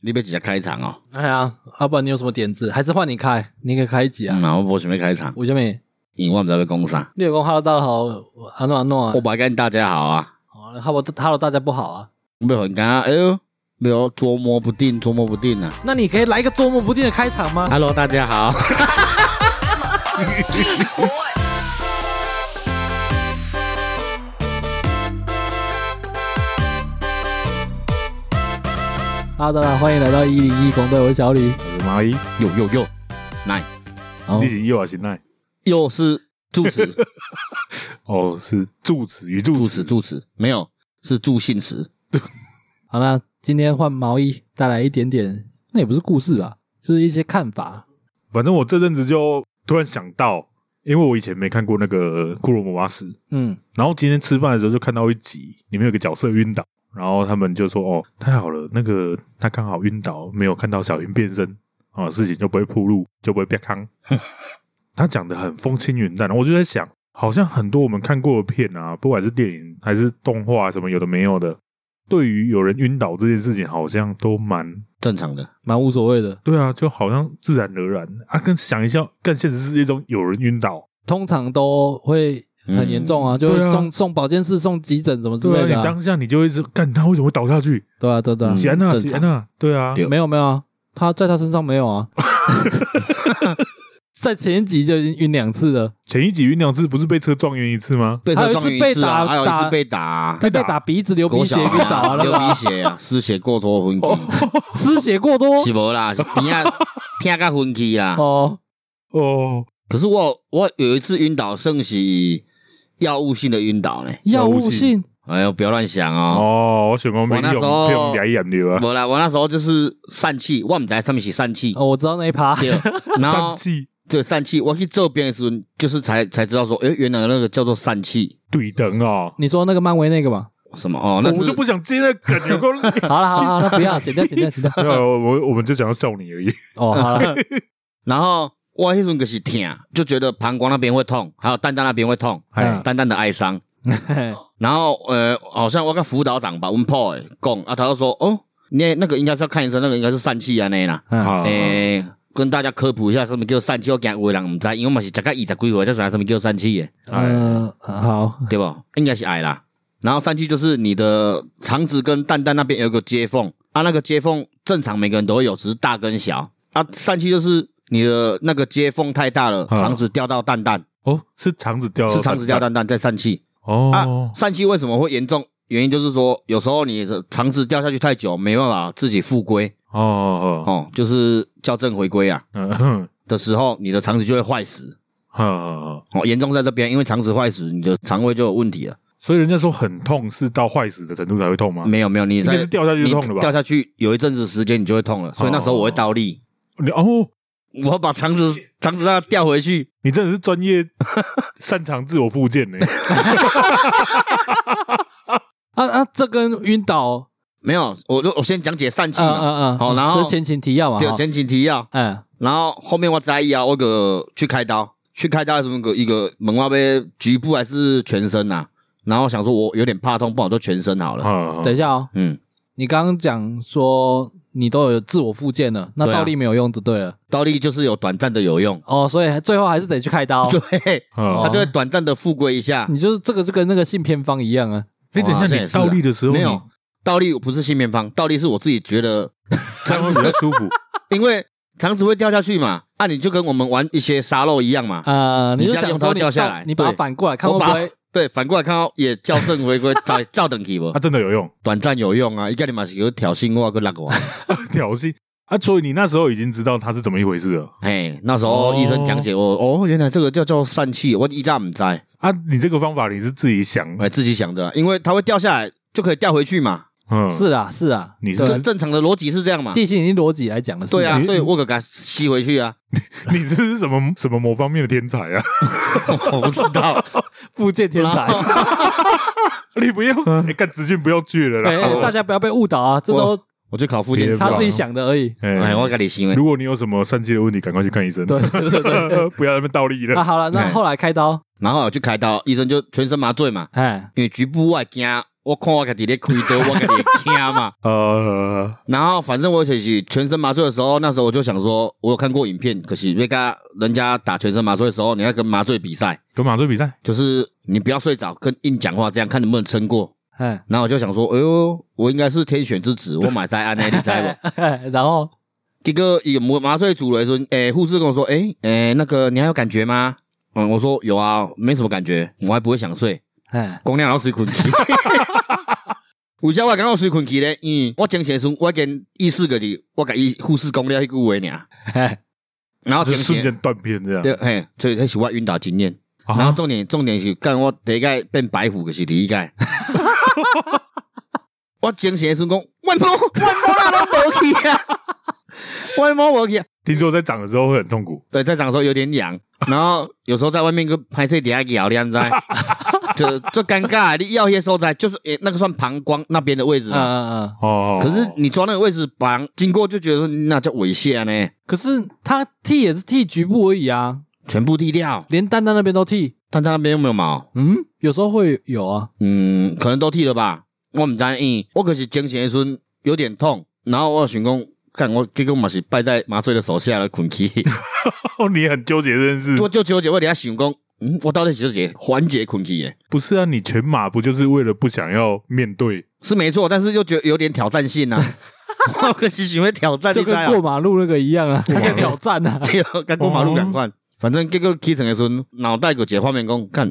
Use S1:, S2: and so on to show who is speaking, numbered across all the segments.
S1: 你别直接开场哦。
S2: 哎呀，要、不然你有什么点子？还是换你开，你可以开一集啊
S1: 嗯。啊，我不准备开场，
S2: 为什么？
S1: 因为我不知道要讲啥。
S2: 你有讲 “hello 大家好”，安诺安诺啊
S1: 我，白跟大家好啊，
S2: 哦，“hello hello 大家不好啊”。
S1: 没有很尴尬，哎呦，没有捉摸不定，捉摸不定啊。
S2: 那你可以来一个捉摸不定的开场吗？
S1: Hello，大家好。
S2: 哈喽，大家好，欢迎来到一零一公队，我是小李。
S3: 我的妈咦，
S1: 又又又，来，
S2: 哦
S3: 你，是又还是奈？
S1: 又是助 词，
S3: 哦，是住址与住
S1: 助
S3: 址
S1: 词，助词，没有，是助兴词。
S2: 好了，今天换毛衣，带来一点点，那也不是故事吧，就是一些看法。
S3: 反正我这阵子就突然想到，因为我以前没看过那个《库洛魔法使》，
S2: 嗯，
S3: 然后今天吃饭的时候就看到一集，里面有个角色晕倒，然后他们就说：“哦，太好了，那个他刚好晕倒，没有看到小云变身，哦，事情就不会铺路，就不会变康。”他讲的很风轻云淡，我就在想，好像很多我们看过的片啊，不管是电影还是动画什么，有的没有的，对于有人晕倒这件事情，好像都蛮
S1: 正常的，
S2: 蛮无所谓的。
S3: 对啊，就好像自然而然啊。跟想一下，跟现实世界中有人晕倒，
S2: 通常都会很
S1: 嗯
S2: 严重啊，就会
S3: 对啊
S2: 送、送保健室、送急诊什么之
S3: 对啊，
S2: 类
S3: 你
S2: 的、啊。
S3: 当下你就一直干他为什么会倒下去？
S2: 对啊，对啊对啊
S1: 嗯
S3: 喜安娜，
S1: 正常
S3: 喜安娜，对啊，
S1: 对
S2: 没有没有啊，他在他身上没有啊，在前一集就已经晕两次了，
S3: 前一集云两次不是被车撞晕一次吗？
S1: 被
S2: 还
S1: 车
S2: 有一
S1: 撞
S2: 次
S1: 晕
S2: 被
S1: 次啊
S2: 打
S1: 还有一
S2: 打
S1: 次被打，
S2: 他被打鼻子流鼻
S1: 国
S2: 血
S1: 小
S2: 晕倒
S1: 啊
S2: 了
S1: 流鼻
S2: 啦，
S1: 血啊，失血过多 昏厥，
S2: 失血过多
S1: 是无啦，是边啊 听个昏厥啊。
S2: 哦，
S3: 哦，
S1: 可是我我有一次晕倒，甚是药物性的晕倒呢。
S2: 药物
S3: 药物
S2: 性
S3: 性
S1: 哎呦，不要乱想哦。
S3: 哦，我想讲没
S1: 我那时
S3: 用，
S1: 候
S3: 不用牙眼流啊，
S1: 我啦，我那时候就是疝气，我唔知上面是疝 气，
S2: 哦，我知道那一趴，
S1: 对，然后
S3: 疝气
S1: 对疝气，我去这边的时候，就是才才知道说，哎，原来那个叫做疝气，
S3: 对等哦，
S2: 你说那个漫威那个吧，
S1: 什么哦，那
S3: 我
S1: 是
S3: 就不想接那梗，有够累
S2: 好了好了好了，不要剪掉剪掉剪掉，
S3: 没有，我我们就想要笑 你而已。
S2: 哦好 了，
S1: 然后我那时候就是疼，就觉得膀胱那边会痛，还有蛋蛋那边会痛，
S2: 哎
S1: 蛋蛋的哀伤。
S2: 嘿
S1: 然后呃，好像我跟辅导长吧，我们 Paul 诶讲啊，他就说哦，那那个应该是要看医生，那个应该是疝气啊那啦。
S2: 嗯
S3: 好，
S1: 诶、跟大家科普一下，什么叫疝气，我惊有的人毋知，因为我嘛是大概二十几岁才知道什么叫疝气 的，
S2: 呃好，
S1: 对不？应该是癌啦。然后疝气就是你的肠子跟蛋蛋那边有个接缝，啊，那个接缝正常每个人都会有，只是大跟小。啊，疝气就是你的那个接缝太大了，
S3: 嗯
S1: 肠子掉到蛋蛋，
S3: 哦，是肠子掉了，
S1: 是肠子掉蛋蛋在疝气。啊
S3: 哦，，
S1: 疝气为什么会严重？原因就是说，有时候你的肠子掉下去太久，没办法自己复归
S3: 哦哦，
S1: 哦，就是校正回归啊
S3: 嗯 哼，
S1: 的时候，你的肠子就会坏死。
S3: 好好好
S1: 哦，严重在这边，因为肠子坏死，你的肠胃就有问题了。
S3: 所以人家说很痛是到坏死的程度才会痛吗？
S1: 没有没有，你
S3: 应该
S1: 在
S3: 啊是掉下去
S1: 你
S3: 就痛了
S1: 掉
S3: 吧？哦
S1: 下去有一阵子时间你就会痛了，所以那时候我会倒立，
S3: 你哦，
S1: 我要把肠 子肠子让它掉回去。
S3: 你真的是专 业擅长自我复健呢。
S2: 啊啊，这跟晕倒，
S1: 没有，我就我先讲解疝气
S2: 嗯
S3: 啊
S1: 嘛，
S2: 嗯嗯，
S1: 好然后
S2: 这是前情提要嘛，
S1: 就
S2: 哈
S1: 前情提要，
S2: 嗯
S1: 然后后面我在意啊，我个去开刀，去开刀什么个一个门外呗，局部还是全身啊？然后想说我有点怕痛，不然我就全身好了。
S3: 啊，
S2: 等一下哦，
S1: 嗯，
S2: 你刚刚讲说你都有自我复健了，那
S1: 对啊
S2: 倒立没有用就对了
S1: 倒立就是有短暂的有用，
S2: 哦，所以最后还是得去开 刀。
S1: 对，
S3: 啊
S1: 它就会短暂的复归一下。
S2: 你就是这个就跟那个性偏方一样啊，
S3: 哎，等
S1: 哇这
S3: 一下，
S1: 也
S3: 你
S1: 是啊
S3: 倒立的时候
S1: 没
S3: 你
S1: 有倒立不是性偏方，倒立是我自己觉得，
S3: 这样会比较舒 服。
S1: 因为肠子会掉下去嘛，啊，你就跟我们玩一些沙漏一样嘛。
S2: 呃，
S1: 你
S2: 就
S1: 这样
S2: 想
S1: 用它
S2: 说你
S1: 掉下
S2: 倒
S1: 来
S2: 你把它
S1: 对
S2: 反过来看会
S1: 我
S2: 不
S1: 把
S2: 会？
S1: 对，反过来看到也校正回归，照照等级不
S3: 啊，？真的有用，
S1: 短暂有用啊，一个你嘛是有挑衅我个那个我。
S3: 挑衅啊！所以你那时候已经知道它是怎么一回事了
S1: 嘿，那时候医生讲解我，哦，原来这个叫叫疝气，我一直唔知，哎，
S3: 啊！你这个方法你是自己想，
S2: 哎
S1: 自己想的啊，因为它会掉下来就可以掉回去嘛，
S3: 嗯，
S2: 是啊是啊，
S3: 你是
S2: 对
S1: 正正常的逻辑是这样嘛？
S2: 地心引力逻辑来讲的是
S1: 对啊，
S3: 你
S1: 所以我可给它吸回去啊，
S3: 你这是什么 什么某方面的天才啊？
S1: 我不知 道，
S2: 复健天才。
S3: 你不要哎，干直径不要倔 了
S2: 嗯哎，
S3: 啦！
S2: 哎大家不要被误导啊，这都
S1: 我去考附件
S3: 别
S1: 是
S2: 他
S1: 吧
S2: 自己想的而已。
S1: 哎，我
S3: 哎，
S1: 给你行为，
S3: 如果你有什么疝气的问题，赶快去看医生，
S2: 对 对对对。
S3: 不要在那边倒立
S2: 啊，
S3: 了。
S2: 好了，那
S1: 哎
S2: 后来开刀，
S1: 然后我去开刀，医生就全身麻醉嘛，
S2: 哎，
S1: 因为局部外惊，我看我家己咧开刀，我家己听嘛。
S3: 呃，
S1: 然后反正我就是全身麻醉的时候，那时候我就想说，我有看过影片，可是人家人家打全身麻醉的时候，你要跟麻醉比赛，
S3: 跟麻醉比赛，
S1: 就是你不要睡着，跟硬讲话，这样看能不能撑过。
S2: 哎，
S1: 然后我就想说，哎呦，我应该是天选之子，我买在安内你知道不？
S2: 哎然后
S1: 这个有麻麻醉组的时候，诶、护士跟我说，诶、诶、那个你还有感觉吗？嗯，我说有啊，没什么感觉，我还不会想睡，
S2: 哎，
S1: 光亮然后睡困去。 有时候我感觉我睡困去咧，嗯，我精神的时候我跟意识个里，我甲伊护士讲了迄句话尔，
S2: 哎
S1: 然后
S3: 就
S1: 精
S3: 是
S1: 神
S3: 瞬间啊断片这样。
S1: 对，嘿，所以迄是我晕倒经验。
S3: 啊
S1: 然后重点重点是，干我第一届变白虎，就是第一届。 我精神的时候讲，我毛我毛哪拢无去啊， 我毛无去啊。
S3: 听说在长的时候会很痛苦，
S1: 对，在长的时候有点痒，然后有时候在外面跟拍摄底下咬两在，就就尴尬。你要些收在就是诶、那个算膀胱那边的位置
S2: 嗯
S1: 嘛，
S2: 嗯嗯，
S3: 哦，
S1: 可是你抓那个位置，膀经过就觉得说那叫猥亵呢，
S2: 可是他剃也是剃局部而已啊，
S1: 全部剃掉。
S2: 连蛋蛋那边都剃，
S1: 但在那边有没有毛？
S2: 嗯，有时候会有啊，
S1: 嗯，可能都剃了吧。我唔知道，因为我可是精神的时阵有点痛，然后我想讲，看我结果嘛是败在麻醉的手下了，困去。
S3: 哦，你很纠结这件事，
S1: 我就纠结，我底下想讲，嗯，我到底是纠结缓解困去耶？
S3: 不是啊？你全麻不就是为了不想要面对？
S1: 是没错，但是又觉得有点挑战性 啊。我可是喜欢挑战，
S2: 就
S1: 你知
S2: 跟
S1: 道
S2: 过
S1: 吗？
S2: 马路那个一样 啊，他想挑战啊，
S1: 对， 跟过马哦路两款。反正结果起床的时候，脑袋有一个画面讲，看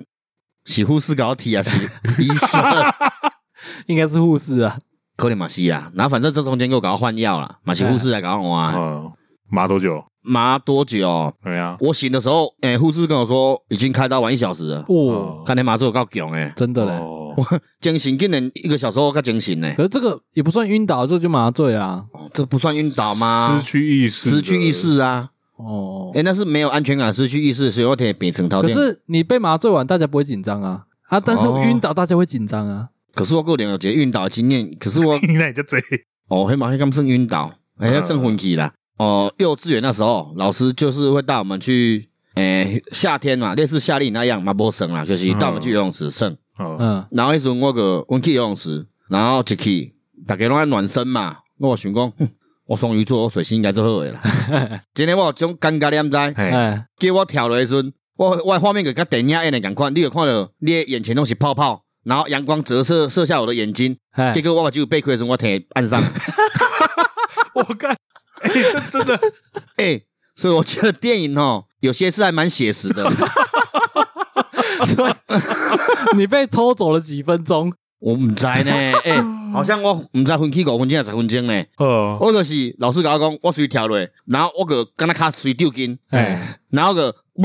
S1: 是护士搞体啊，是 医生，
S2: 应该是护士啊，
S1: 可能嘛是啊。然后反正这中间给我搞换药啦，嘛是护士来搞我
S2: 哎
S1: 换。
S3: 嗯，麻多久？啊
S1: 麻多久？
S3: 怎么样？
S1: 我醒的时候，诶、护士跟我说已经开刀完一小时了。
S2: 哦，
S1: 看你麻醉有够强诶，
S2: 真的嘞。
S3: 哦，
S1: 精神竟然一个小时后才精神呢、
S2: 可是这个也不算晕倒，这就麻醉啊。
S1: 哦这不算晕倒吗
S3: 失？去意识，
S1: 失去意， 识啊！
S2: 哦
S1: 诶、，那是没有安全感、失去意识，所以我得变成头
S2: 可
S1: 顶。
S2: 是你被麻醉完，大家不会紧张啊啊！但是
S1: 哦
S2: 晕倒大家会紧张啊。
S1: 可是我够有一个晕倒的经验，可是 我
S3: 那你就贼
S1: 哦，黑马黑刚算晕倒，哎、欸，
S3: 嗯
S1: 算昏去啦。哦，幼稚园那时候，老师就是会带我们去，诶、夏天嘛，类似夏令营那样嘛，不省啦，就是带我们去游泳池耍。
S3: 哦，
S2: 嗯，
S1: 然后迄时阵我个阮去游泳池，然后一去，大家拢爱暖身嘛，我想讲，哼我双鱼座，我水性应该最好诶啦。今天我有种尴尬，你毋知？
S3: 哎，
S2: 哎，
S1: 叫我跳落时阵，我我的画面个甲电影演的共款，你有看到你的眼前拢是泡泡，然后阳光折射射下我的眼睛，
S2: 哎
S1: 结，果我把酒背开的时候，我摕岸上。
S3: 我干，哎，这 真的，
S1: 哎、所以我觉得电影哦，有些是还蛮写实的。
S2: 所以 你被偷走了几分钟？
S1: 我唔知呢，哎、好像我唔知分去五分钟还是十分钟呢。
S3: 呃，
S1: 哦我就是老师甲我讲，我随跳落，然后我个敢若卡随丢筋，
S2: 哎，
S1: 然后个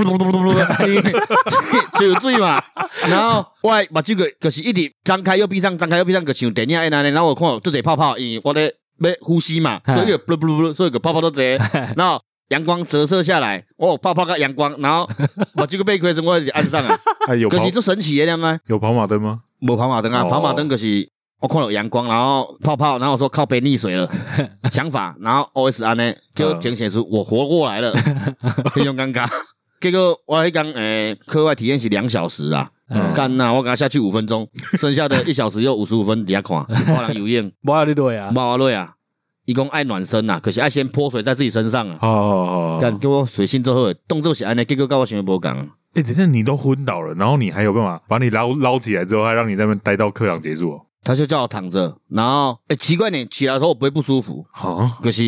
S1: 就有水嘛，然后我的目睭个就是一直张开又闭上，张开又闭上，个像电影安尼，然后我看有做得泡泡，因为我咧要呼吸嘛，
S2: 哎
S1: 所以个噗噗噗，所以个泡泡都多，然后阳光折射下来，我有泡泡个阳光，然后目睭个被开的时候我就按上啊，
S3: 哎，有
S1: 可
S3: 跑
S1: 是这神奇的，你知道吗？
S3: 有跑马灯吗？
S1: 无跑马灯啊，
S3: 哦
S1: 跑马灯就是我看到有阳光，然后泡泡，然后我说靠北溺水 了，想法，然后 O S 安呢就
S3: 嗯
S1: 简写出我活过来了，非常尴尬。结果我迄讲诶，课外体验是两小时啊
S2: 嗯，
S1: 干呐，我给他下去五分 钟，剩下的一小时又五十五分底下看，我人游泳，
S2: 我要你对啊，
S1: 猫阿瑞啊，伊讲爱暖身呐，啊可是爱先泼水在自己身上啊，
S3: 哦哦，哦
S1: 干给我水性最好的，动作是安尼，结果跟我想的无共。
S3: 哎，等一下你都昏倒了，然后你还有办法把你捞捞起来之后，还让你在那边待到课堂结束哦？
S1: 他就叫我躺着，然后诶、奇怪呢，起来的时候我不会不舒服，
S3: 好，
S1: 就是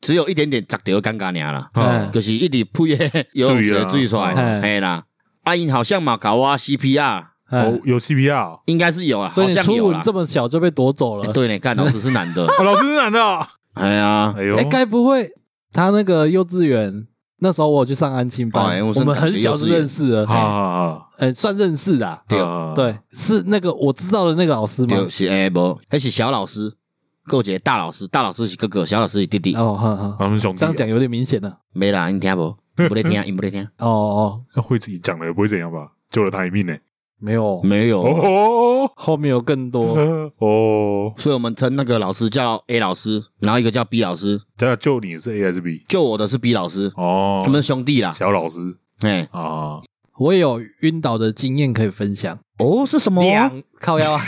S1: 只有一点点砸到尴尬尔啦，嗯
S2: 哎
S1: 就是一直扑个游泳池的水出
S2: 哎
S1: 来，嘿啦。啊，因好像嘛搞我 CPR，
S2: 哎
S3: 哦，，有 CPR，哦
S1: 应该是有啦，
S2: 所
S1: 好
S2: 以你
S1: 像
S2: 初
S1: 有
S2: 吻
S1: 啦。
S2: 这么小就被夺走
S1: 哎
S2: 了。
S1: 对呢，干老师是 男的，
S3: 哦老师是男的哦，
S1: 哎呀，
S3: 哎呦
S2: 哎，，该不会他那个幼稚园那时候我有去上安庆
S1: 哎
S2: 班，
S1: 我
S2: 我
S1: 是
S2: 们很小就认识
S3: 好
S2: 了，
S3: 好好，
S2: 哎，算认识的啊。
S1: 对
S3: 啊，
S2: 对，是那个我知道的那个老师吗
S1: 对？是哎无，还是小老师，够个大老师，大老师是哥哥，小老师是弟弟，
S2: 哦，好好，
S3: 他们兄弟
S2: 这样
S3: 哦，
S2: 讲有点明显了。
S1: 没啦，你听 无？不得听，你不得听，
S2: 哦哦，
S3: 那会自己讲了也不会怎样吧？救了他一命呢。
S2: 没有，
S1: 没有。
S3: 哦
S2: 后面有更多。
S3: 哦，
S1: 所以我们称那个老师叫 A 老师，然后一个叫 B 老师，
S3: 他救你是 A 还是 B？
S1: 救我的是 B 老师，
S3: 哦
S1: 他，们是兄弟啦。
S3: 小老师
S1: 哎，
S3: 啊，
S2: 我也有晕倒的经验可以分享。
S1: 哦哦，是什么？
S2: 靠腰啊，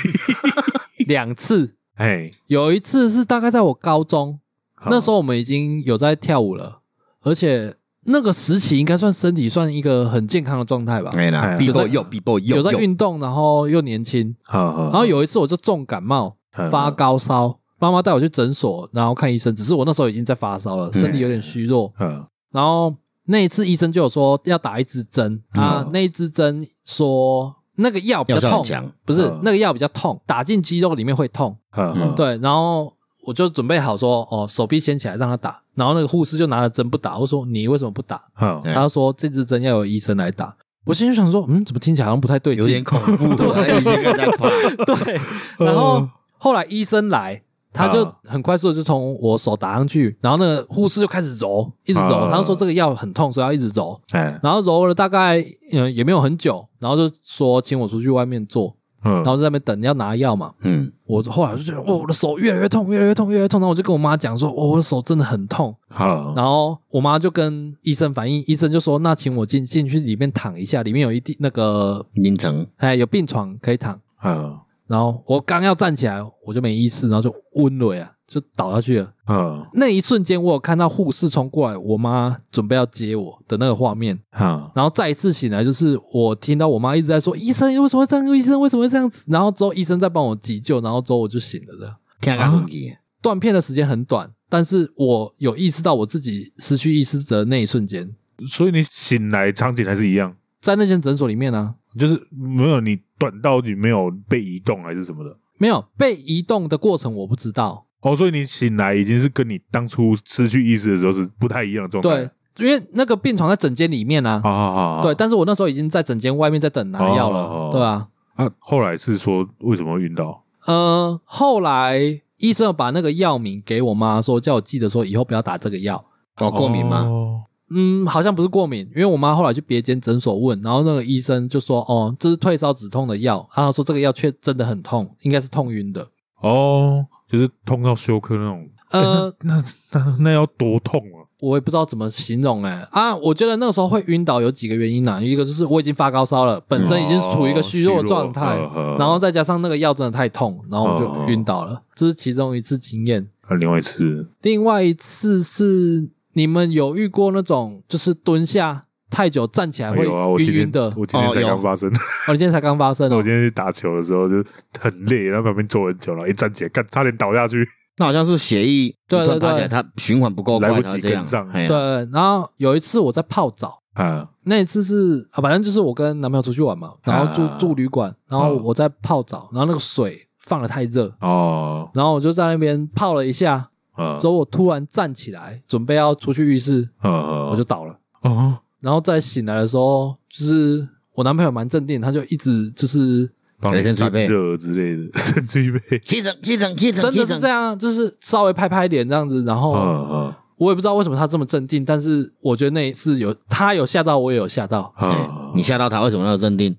S2: 两次，
S3: 哎，
S2: 有一次是大概在我高中
S3: 好
S2: 那时候，我们已经有在跳舞了，而且那个时期应该算身体算一个很健康的状态吧，
S1: 哎啦
S3: 哎
S1: ，B
S2: 有在
S1: boy 右，B boy 右，
S2: 有在
S1: 右
S2: 运动，然后又年轻。
S3: 好好，嗯
S2: 然后有一次我就重感冒，发高烧，妈妈带我去诊所，然后看医生。只是我那时候已经在发烧了，身体有点虚弱。
S3: 嗯，
S2: 然后那一次医生就有说要打一支针啊
S3: 嗯，
S2: 那一支针说那个药比较
S1: 药效很
S2: 痛
S1: 强，
S2: 不是
S3: 嗯
S2: 那个药比较痛，打进肌肉里面会痛。
S3: 嗯嗯，
S2: 对，然后我就准备好说，哦，手臂掀起来让他打。然后那个护士就拿着针不打，我说你为什么不打？
S3: 嗯，
S1: 嗯
S2: 他说这支针要由医生来打。我心里想说，嗯，怎么听起来好像不太对劲？
S1: 有点恐 怖，对，已经在怕。
S2: 对，
S3: 嗯
S2: 然后后来医生来，他就很快速的就从我手打上去，然后那个护士就开始揉，一直揉
S3: 啊，
S2: 他就说这个药很痛，所以要一直揉，
S3: 哎，
S2: 然后揉了大概嗯、呃也没有很久，然后就说请我出去外面坐，
S3: 嗯
S2: 然，后就在那边等要拿药嘛。
S1: 嗯，
S2: 我后来就觉得，哇，我的手越来越痛，越来越痛，越来越痛。然后我就跟我妈讲说，哦，我的手真的很痛。
S3: 好，
S2: 然后我妈就跟医生反映，医生就说，那请我进进去里面躺一下，里面有一地那个，
S1: 凌晨
S2: 哎，有病床可以躺。
S3: 嗯
S2: 然后我刚要站起来，我就没意识，然后就昏了呀，就倒下去了。
S3: 嗯，
S2: 那一瞬间，我有看到护士冲过来，我妈准备要接我的那个画面。
S3: 好，
S2: 然后再一次醒来，就是我听到我妈一直在说：“医生为什么会这样？医生为什么会这样子？”然后之后医生在帮我急救，然后之后我就醒了的。
S1: 听个昏去，
S2: 断片的时间很短，但是我有意识到我自己失去意识的那一瞬间，
S3: 所以你醒来场景还是一样，
S2: 在那间诊所里面啊呢、
S3: 就是没有你短到你没有被移动还是什么的。
S2: 没有被移动的过程，我不知道。
S3: 哦，所以你醒来已经是跟你当初失去意识的时候是不太一样的状态。哦
S2: 对，因为那个病床在诊间里面啊，
S3: 好好好好，
S2: 对，但是我那时候已经在整间外面在等拿药了，
S3: 哦
S2: 对啊，
S3: 啊，后来是说为什么会晕倒？
S2: 呃，后来医生有把那个药名给我妈说，叫我记得说以后不要打这个药。
S1: 哦，过敏吗？
S3: 哦，
S2: 嗯，好像不是过敏，因为我妈后来去别间诊所问，然后那个医生就说，哦，这是退烧止痛的药，然后说这个药却真的很痛，应该是痛晕的。
S3: 哦，就是痛到休克那种。
S2: 呃，
S3: 那那那要多痛啊！
S2: 我也不知道怎么形容哎、啊，我觉得那个时候会晕倒有几个原因呐、啊一个就是我已经发高烧了，本身已经处于一个虚弱的状态，
S3: 哦虚弱
S2: 然后再加上那个药真的太痛，然后我
S3: 哦
S2: 就晕倒了，这是其中一次经验。
S3: 啊，另外一次，
S2: 另外一次是你们有遇过那种就是蹲下太久站起来会
S3: 有啊，我今
S2: 晕
S3: 天
S2: 晕的？
S3: 我今天
S1: 哦
S3: 才
S1: 有
S3: 刚发生，
S2: 哦，你今天才刚发生
S3: 我
S2: 哦。
S3: 今天去打球的时候就很累，然后旁边坐很久，然后一站起来，干差点倒下去。
S1: 那好像是血液
S2: 对对
S1: 突然爬起来，
S2: 对
S1: 它循环不够
S3: 来
S1: 快，
S3: 不
S1: 它会
S3: 及
S1: 这样
S3: 跟上
S1: 嘿啊
S2: 对，然后有一次我在泡澡，
S3: 啊，
S2: 那一次是啊，反正就是我跟男朋友出去玩嘛，然后住
S3: 啊
S2: 住旅馆，然后我在泡澡，然后那个水放的太热，
S3: 哦，
S2: 然后我就在那边泡了一下，
S3: 嗯
S2: 之后我突然站起来准备要出去浴室，
S3: 嗯
S2: 我就倒了。
S3: 哦，
S2: 然后再醒来的时候，就是我男朋友蛮镇定，他就一直就是
S3: 帮你
S1: 人参
S3: 散
S1: 水杯
S3: 热之类的， 甚至于被，
S1: 起床起床起
S2: 真
S1: 床
S2: 的
S1: 起
S2: 是
S1: 床
S2: 这，样，就是稍微拍拍脸这样子，然后
S3: 嗯
S2: 我也不知道为什么他这么镇定，但是我觉得那一次有他有吓到，我也有吓到，
S3: 哎
S1: 嘿
S3: 嗯
S1: 你吓到他为什么要镇定？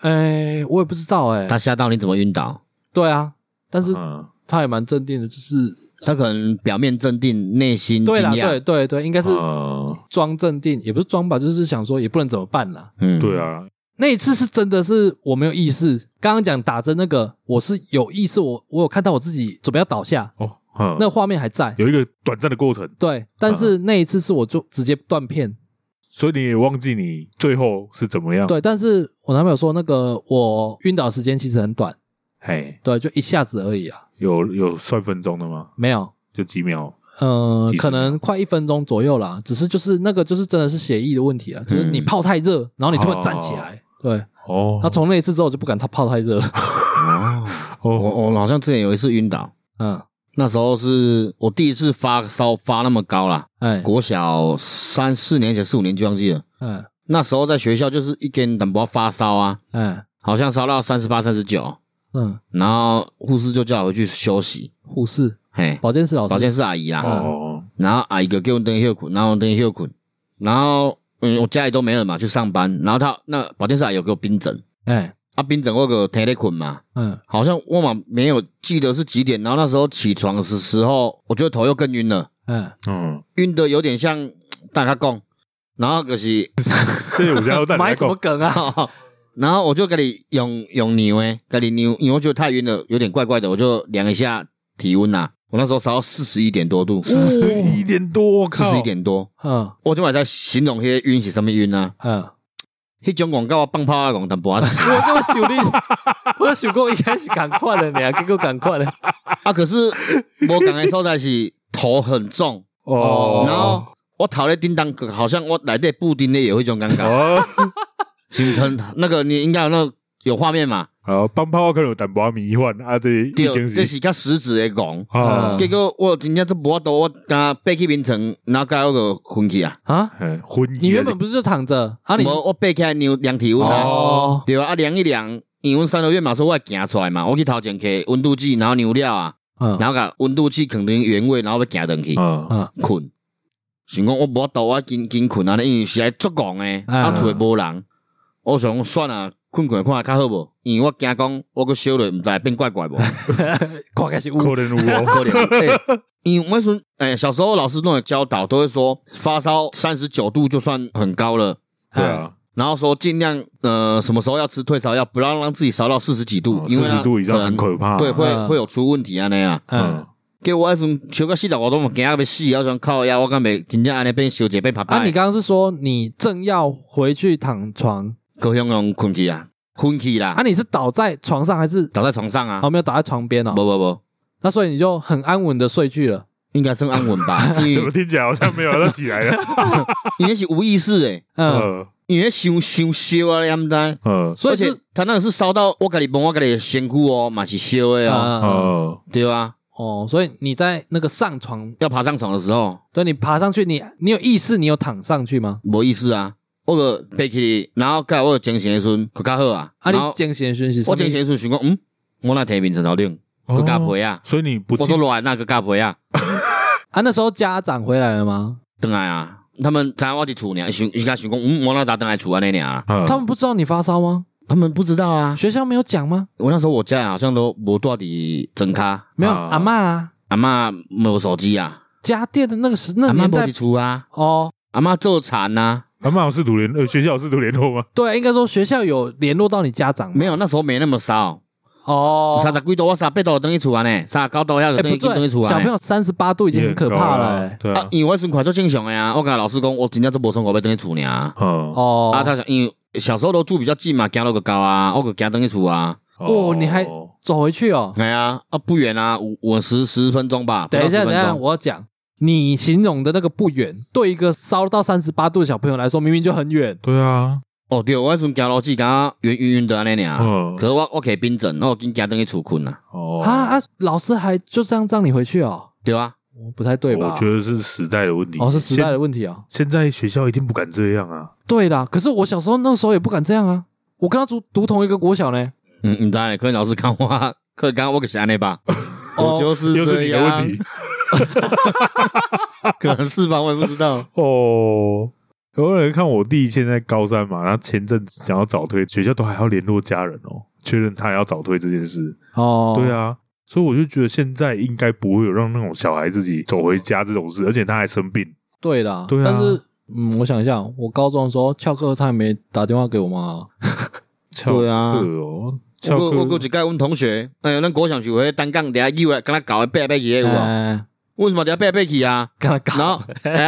S2: 哎，我也不知道哎、
S1: 他吓到你怎么晕倒？
S2: 对啊，但是
S3: 嗯
S2: 他也蛮镇定的，就是
S1: 他可能表面镇定，内心惊
S2: 对啦，
S1: 讶
S2: 对。对对，应该是
S3: 嗯，
S2: 装镇定，也不是装吧，就是想说也不能怎么办啦。
S1: 嗯，
S3: 对，啊，
S2: 那一次是真的是我没有意识，刚刚讲打针那个，我是有意识，我我有看到我自己准备要倒下，
S3: 哦，嗯
S2: 那画面还在。
S3: 有一个短暂的过程，
S2: 对，但是那一次是我就直接断片，
S3: 所以你也忘记你最后是怎么样。，
S2: 对，但是我男朋友说那个我晕倒时间其实很短，
S3: 嘿，
S2: 对，就一下子而已啊，
S3: 有有算分钟的吗？
S2: 没有，
S3: 就几秒？
S2: 呃
S3: 几，十
S2: 可能快一分钟左右啦，只是就是那个就是真的是血液的问题啊，就是你泡太热，然后你突然站起来，对，
S3: 哦
S2: 他从那一次之后我就不敢他泡太热了，
S1: 哦，我
S3: 哦，
S1: 我好像之前有一次晕倒，
S2: 嗯，
S1: 那时候是我第一次发烧发那么高啦，
S2: 哎，
S1: 国小三四年前四五年级忘记了，
S2: 嗯
S1: 那时候在学校就是一根等不到发烧啊，
S2: 哎
S1: 好像烧到三十八、三十九，
S2: 嗯，
S1: 然后护士就叫我回去休息，
S2: 护士、
S1: 嘿，
S2: 保健室老
S1: 保健
S2: 师，
S1: 室阿姨啦，
S3: 哦，
S1: 然后阿姨就给我灯休困，然后我灯休困，然后嗯，我家里都没人嘛，去上班，然后他那保健室阿姨有给我冰枕，
S2: 哎
S1: 啊，冰枕我有天天困嘛，
S2: 嗯
S1: 好像我嘛没有记得是几点，然后那时候起床的时候，我觉得头又更晕了，
S2: 嗯，
S3: 嗯，
S1: 晕的有点像大家讲，然后就是
S3: 这我现在带
S2: 买
S3: 来
S2: 什么
S3: 讲，
S2: 梗啊？
S1: 然后我就给你用用牛诶，给你牛，因为我觉得太晕了，有点怪怪的，我就量一下体温呐、啊我那时候烧到四十一点多度，四
S3: 一点多，我靠，
S1: 十一点多，
S2: 嗯
S1: 我就买在形容迄些晕是什么晕啊？
S2: 嗯，
S1: 迄种广告我放炮啊，讲淡 薄仔死
S2: 我这么想你，我想过一开始赶快了，你结果赶快了，
S1: 啊，可是我刚才所在是头很重，
S3: 哦，
S1: 然后我头咧叮当，好像我内底布丁咧也有一种感觉，
S3: 哦，
S1: 形成那个你应该有那个有画面嘛？
S3: 好，放炮可能有淡薄仔迷幻啊，这已
S1: 对，
S3: 经
S1: 这
S3: 是
S1: 是较实质的讲。
S3: 啊
S2: 嗯，
S1: 结果我真正都无法度，我甲爬去眠床，然后甲我个昏去啊。
S2: 啊！
S3: 嗯昏
S2: 你
S3: 迷还
S2: 原
S3: 是
S2: 本不是就躺着啊？你
S1: 我我爬起来量量体温啊，
S2: 哦，
S1: 对啊，啊量一量，因为阮三楼院嘛说我会行出来嘛，我去头前摕温度计，然后量了啊，
S2: 嗯
S1: 然后甲温度计肯定原位，然后要行上去
S3: 啊，
S2: 嗯
S1: 困。想讲我无法度，我紧紧困啊，因为是来足戆诶，啊
S2: 嗯
S1: 厝诶无人，我想讲算啊，困困看下较好无，因为我惊讲我个小落毋知变怪怪无。
S2: 看开始有
S3: 可能有 哦，
S1: 可怜。欸因为我说，哎、小时候老师都有教导，都会说发烧三十九度就算很高了，
S2: 哎
S3: 对啊，
S1: 然后说尽量呃什么时候要吃退烧药，不要让自己烧到四十几度，因
S3: 哦四
S1: 为啊
S3: 十度以上很可怕，
S1: 能对，会、
S2: 嗯
S1: 会有出问题啊那样。
S2: 嗯，
S1: 给我那时候小个四十五度嘛，惊到要死，我想靠呀，我敢袂真正安尼变小姐变拍
S2: 啊，
S1: 拍
S2: 你。刚刚是说你正要回去躺床
S1: 高雄用困去啊，昏去啦，
S2: 啊？你是倒在床上还是
S1: 倒在床上啊，
S2: 哦没有倒在床边哦
S1: 不？不不，
S2: 那所以你就很安稳的睡去了。
S1: 应该算安稳吧，因
S3: 怎么
S1: 为
S3: 听起来好像没有要起来了？
S1: 因为是无意识诶，
S2: 嗯，
S3: 呃
S1: 因为伤伤烧啊，你毋知道。
S3: 呃
S2: 所以
S1: 而且
S2: 就
S1: 他那个是烧到我家里崩，我家里身躯哦，嘛是烧的哦，
S2: 啊
S3: 呃，
S1: 对啊，
S2: 哦，所以你在那个上床，
S1: 要爬上床的时候
S2: 对你爬上去，你你有意识，你有躺上去吗？
S1: 无意思啊，我个爬起，然后盖我有精神的时阵，更较好啊。
S2: 啊，
S1: 然后
S2: 你精神讯息，
S1: 我精神的时阵想讲，嗯，我那提名陈头顶，
S3: 哦
S1: 更加陪啊，
S3: 所以你不
S1: 我
S3: 记
S1: 说乱那个加陪啊，
S2: 啊，那时候家长回来了吗？
S1: 等来啊，他们知道我伫厝呢，想伊家想讲，嗯，我那咋等来厝安尼啊？
S3: 嗯
S2: 他们不知道你发烧吗？
S1: 他们不知道啊，
S2: 学校没有讲吗？
S1: 我那时候我家好像都无住伫整卡，
S2: 没有，
S3: 啊
S2: 阿嬷啊，
S1: 阿嬷没有手机啊，
S2: 家电的那个时那
S1: 阿
S2: 个
S1: 嬷
S2: 年
S1: 不
S2: 代
S1: 伫厝啊，
S2: 哦，
S1: 阿嬷做啊蚕呐。
S3: 阿妈有试图联呃学校有试图联络吗？
S2: 对，应该说学校有联络到你家长吗
S1: 没有，那时候没那么烧，
S2: 哦，
S1: 三十几度，我三十八度等于厝啊呢，三十九度要
S2: 哎
S1: 等
S2: 不
S1: 于等于
S2: 对，
S1: 厝啊
S2: 小朋
S1: 呢。
S2: 友三十八度已经很可怕了欸
S3: 对
S1: 啊
S3: 啊，，
S1: 因为我算快做正常的啊，我跟老师讲，我真正都无算我要等于厝呢啊。
S3: 嗯
S2: 哦
S1: 啊，他想，因为小时候都住比较近嘛，行路个高啊，我个行等于厝啊。
S2: 哦你还走回去哦。
S1: 哎呀，啊不远啊，五五十十分钟吧。
S2: 等一下，
S1: 不
S2: 等一
S1: 到10分
S2: 下，
S1: 钟
S2: 我要讲你形容的那个不远，对一个烧到三十八度的小朋友来说，明明就很远。
S3: 对啊，
S1: 哦对，我那时阵行路只感觉晕晕晕的安尼尔。
S2: 哦
S3: 嗯
S1: 可是我我可以冰枕，我紧行等于厝困啊，
S3: 哦
S2: 啊啊！老师还就这样让你回去哦？
S1: 对啊，
S2: 我不太对吧？
S3: 我觉得是时代的问题，
S2: 哦，是时代
S3: 现。
S2: 的问题哦。
S3: 现在学校一定不敢这样啊！
S2: 对啦，可是我小时候那时候也不敢这样啊。我跟他读读同一个国小呢。
S1: 嗯，唔知咧，可能老师看我，可能刚我个是安尼吧。
S2: 哦
S1: 我就是
S3: 又是你
S1: 这
S3: 的
S1: 样
S3: 问题，
S1: 可能是吧，我也不知道。
S3: 哦。有人看我弟现在高三嘛，他前阵子想要早退，学校都还要联络家人哦，确认他要早退这件事。
S2: 哦，
S3: 对，啊，所以我就觉得现在应该不会有让那种小孩自己走回家这种事，而且他还生病。
S2: 对啦，
S3: 对啊
S2: 但是嗯，我想一下，我高中的时候翘课，他也没打电话给我妈啊。
S3: 翘课
S1: 对啊
S3: 哦，翘
S1: 我
S3: 课
S1: 我我有一届阮同学，哎、咱国小就有迄单杠底下摇来，敢若搞的爬来爬去的有无？
S2: 哎
S1: 为什么底下爬来爬去啊？
S2: 跟他搞，
S1: 然后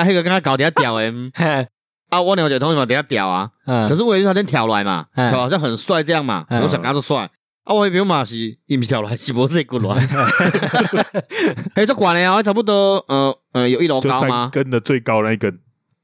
S1: 哎，迄个敢若搞底下吊的，嗯
S2: 嘿，
S1: 啊，我另外一个同学嘛底下吊啊，
S2: 嗯
S1: 可，是我也是他先跳下来嘛，
S2: 哎
S1: 跳好像很帅这样嘛，
S2: 哎
S1: 我想他就帅。啊，我迄边嘛是，伊毋是跳下来，是无这 骨来。哎，这管的啊，差不多，呃呃，有一楼
S3: 就
S1: 高
S3: 三
S1: 吗？
S3: 根的最高那一根，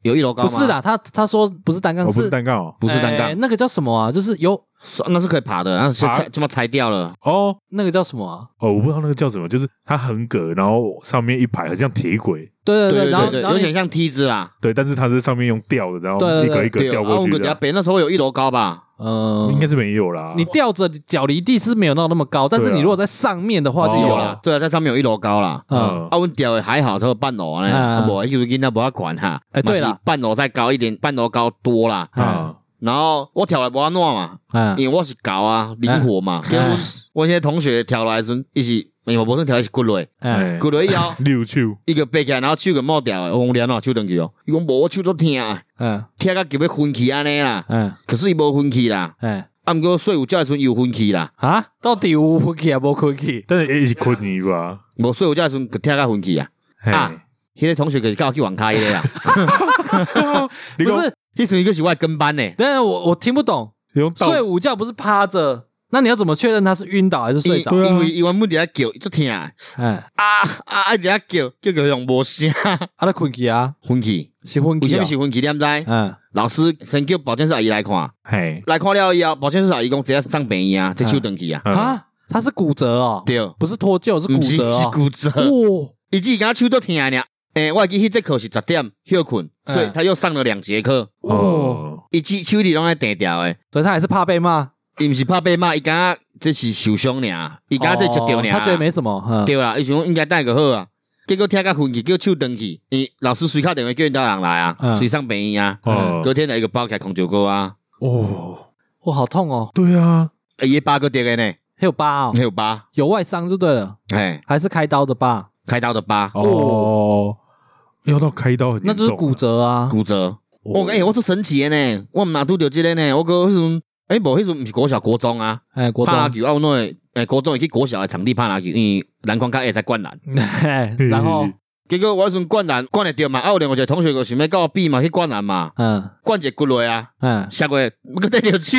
S1: 有一楼高
S2: 不
S1: 吗？
S2: 是，啦，他他说不是单杠，
S3: 哦，不是单杠哦，
S1: 不是单杠
S2: 哎，那个叫什么啊？就是有
S1: 那是可以爬的，然后现
S3: 爬
S1: 在这么拆掉了。
S3: 哦
S2: 那个叫什么啊？
S3: 哦，我不知道那个叫什么，就是它横格，然后上面一排很像铁轨，
S2: 对对，然后然后
S1: 有
S2: 你
S1: 点像梯子啦。
S3: 对，但是它是上面用吊的，然后
S2: 对
S3: 一
S2: 对
S3: 格
S2: 对
S3: 一格吊
S1: 啊，
S3: 过
S1: 我
S3: 去
S1: 们底
S3: 的
S1: 下
S3: 啊，
S1: 别那时候有一楼高吧？
S2: 呃，
S3: 应该是没有
S1: 啊
S3: 啦。
S2: 你吊着脚离地是没有到那么高，但是
S3: 对啊
S2: 你如果在上面的话就有
S1: 有
S2: 了
S1: 啦。，对啊，在上面有一楼高啦。
S2: 嗯，
S3: 嗯
S1: 啊，阮钓的还好，才有半楼呢。
S2: 嗯
S1: 啊，无就是囡仔无法管哈。
S2: 哎对啦
S1: 嘛是半楼再高一点，半楼高多啦。
S3: 啊，
S1: 然后我跳来无法弄嘛，
S2: 嗯，
S1: 因为我是高啊，灵活嘛。跟阮我那些同学跳来的时候，一起，因为无算跳一起滚落，
S2: 哎，
S1: 滚落以后
S3: 六球
S1: 一个爬起来，然后手个冒掉的，我讲连啊，手断去哦。伊讲无，我手都疼，
S2: 嗯，
S1: 疼到就要昏去安尼啦。
S2: 嗯，
S1: 可是伊无昏去啦，
S2: 哎，
S1: 啊，毋过睡午觉的时阵伊有昏去啦，
S2: 啊，到底有困去啊？无困去？
S3: 但是一起困你吧，
S1: 无睡午觉的时阵就听较昏去啊。
S3: 嘿
S1: 啊迄个同学就是叫我去网咖迄个啊，
S3: 你
S2: 不
S3: 讲
S2: 是，
S1: 迄时阵伊个是我的跟班呢，
S2: 但是我我听不懂，
S3: 你用倒
S2: 睡午觉不是趴着，那你要怎么确认他是晕倒还是睡着？
S1: 因为
S3: 对啊
S1: 因为伊原本伫遐叫，足疼的
S2: 哎，
S1: 啊啊啊！伫遐叫叫叫用无 声，
S2: 啊，他困去啊，
S1: 昏去，
S2: 是昏
S1: 为什
S2: 去啊
S1: 么？是昏去？你毋知？
S2: 嗯，
S1: 老师先叫保健室阿姨来看，
S3: 嘿
S1: 来看了以后，保健室阿姨讲直接上病院啊，这手断去啊，
S3: 嗯
S2: 啊，他是骨折哦，
S1: 对，
S2: 不是脱臼，是骨
S1: 不是
S2: 折
S1: 是
S2: 哦。
S1: 骨折。
S2: 哦，
S1: 伊自己敢手都疼俩。诶、我会记迄节课是十点休困，所以
S2: 嗯
S1: 他又上了两节课。
S2: 哦，
S3: 哦，
S1: 伊手手里拢爱跌掉诶，
S2: 所以他还是怕被骂，
S1: 伊毋是怕被骂，伊敢这是受伤俩，伊敢这就掉
S2: 哦
S1: 俩。
S2: 他觉得没什么，嗯
S1: 对啦，伊想讲应该带个好啊。结果听甲昏去，叫手断去，伊老师随敲电话叫因家人来啊，
S2: 嗯
S1: 随、上病院啊。
S3: 哦
S1: 隔天来一个包起来空酒膏啊，
S3: 哦，
S2: 哇，好痛哦，
S3: 对啊，
S1: 伊诶疤个跌个呢，
S2: 还有疤哦
S1: 还，有疤，
S2: 有外伤就对了，
S1: 哎，
S2: 还是开刀的疤，
S1: 开刀的疤，
S3: 哦，要到开刀很
S2: 那就
S3: 严
S2: 是
S3: 重啊哦
S2: 骨折啊。
S1: 骨折。我哎诶，我是神奇的呢，我毋若拄着即个呢，我哥迄时阵，诶，无迄时阵毋是国小国中啊，
S2: 哎，国
S1: 拍
S2: 中
S1: 篮，球，啊，我弄的诶国中会去国小的场地拍篮球，因为篮筐较会使灌篮。
S2: 嗯嘿 然后
S1: 结果我迄阵灌篮灌会着嘛，啊，有另外一个同学就想要甲我比嘛，去灌篮嘛，
S2: 嗯
S1: 灌一个骨落啊，
S2: 嗯
S1: 下过搁缀着 手，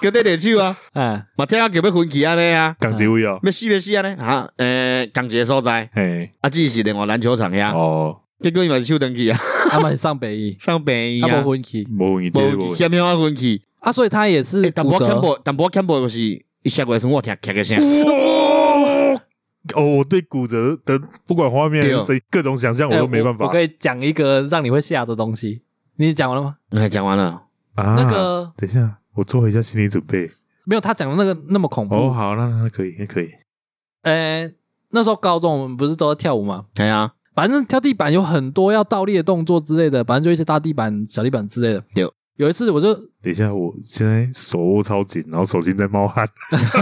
S1: 搁缀着手啊，
S2: 嗯，
S1: 嘛听啊叫要昏去安尼啊，
S3: 港结尾啊，
S1: 要死要死安尼啊，诶，同一个所在，
S3: 嘿，
S1: 啊，只是另外篮球场
S2: 啊
S1: 遐，
S3: 哦，
S1: 结果伊嘛是手登去啊，，
S2: 他们上北医
S1: 上病
S2: 他
S1: 院
S2: 不
S1: 啊，
S2: 昏去
S3: 无问题，
S1: 无
S3: 无
S1: 险险啊昏去，
S2: 啊，所以他也是
S1: 诶，淡
S2: 骨
S1: 薄
S2: 折
S1: 看。无，淡薄看无就是伊下过来时我听咔个声，
S2: 嗯
S3: 哦，哦，我对骨折的不管画面还
S1: 对
S3: 是
S1: 哦
S3: 谁各种想象，我
S2: 哎
S3: 都没办
S2: 我
S3: 法
S2: 可以讲一个让你会吓的东西，你讲完了吗？
S1: 哎，讲完了，
S3: 啊。
S2: 那个
S3: 等一下，我做一下心理准备。
S2: 没有他讲的那个那么恐
S3: 哦，
S2: 怖。
S3: 好，那那那可以，那可以。
S2: 呃，那时候高中我们不是都在跳舞吗？
S1: 哎呀，
S2: 反正跳地板有很多要倒立的动作之类的，反正就一些大地板、小地板之类的。
S1: 有
S2: 有一次我就
S3: 等一下，我现在手握超紧，然后手心在冒 汗。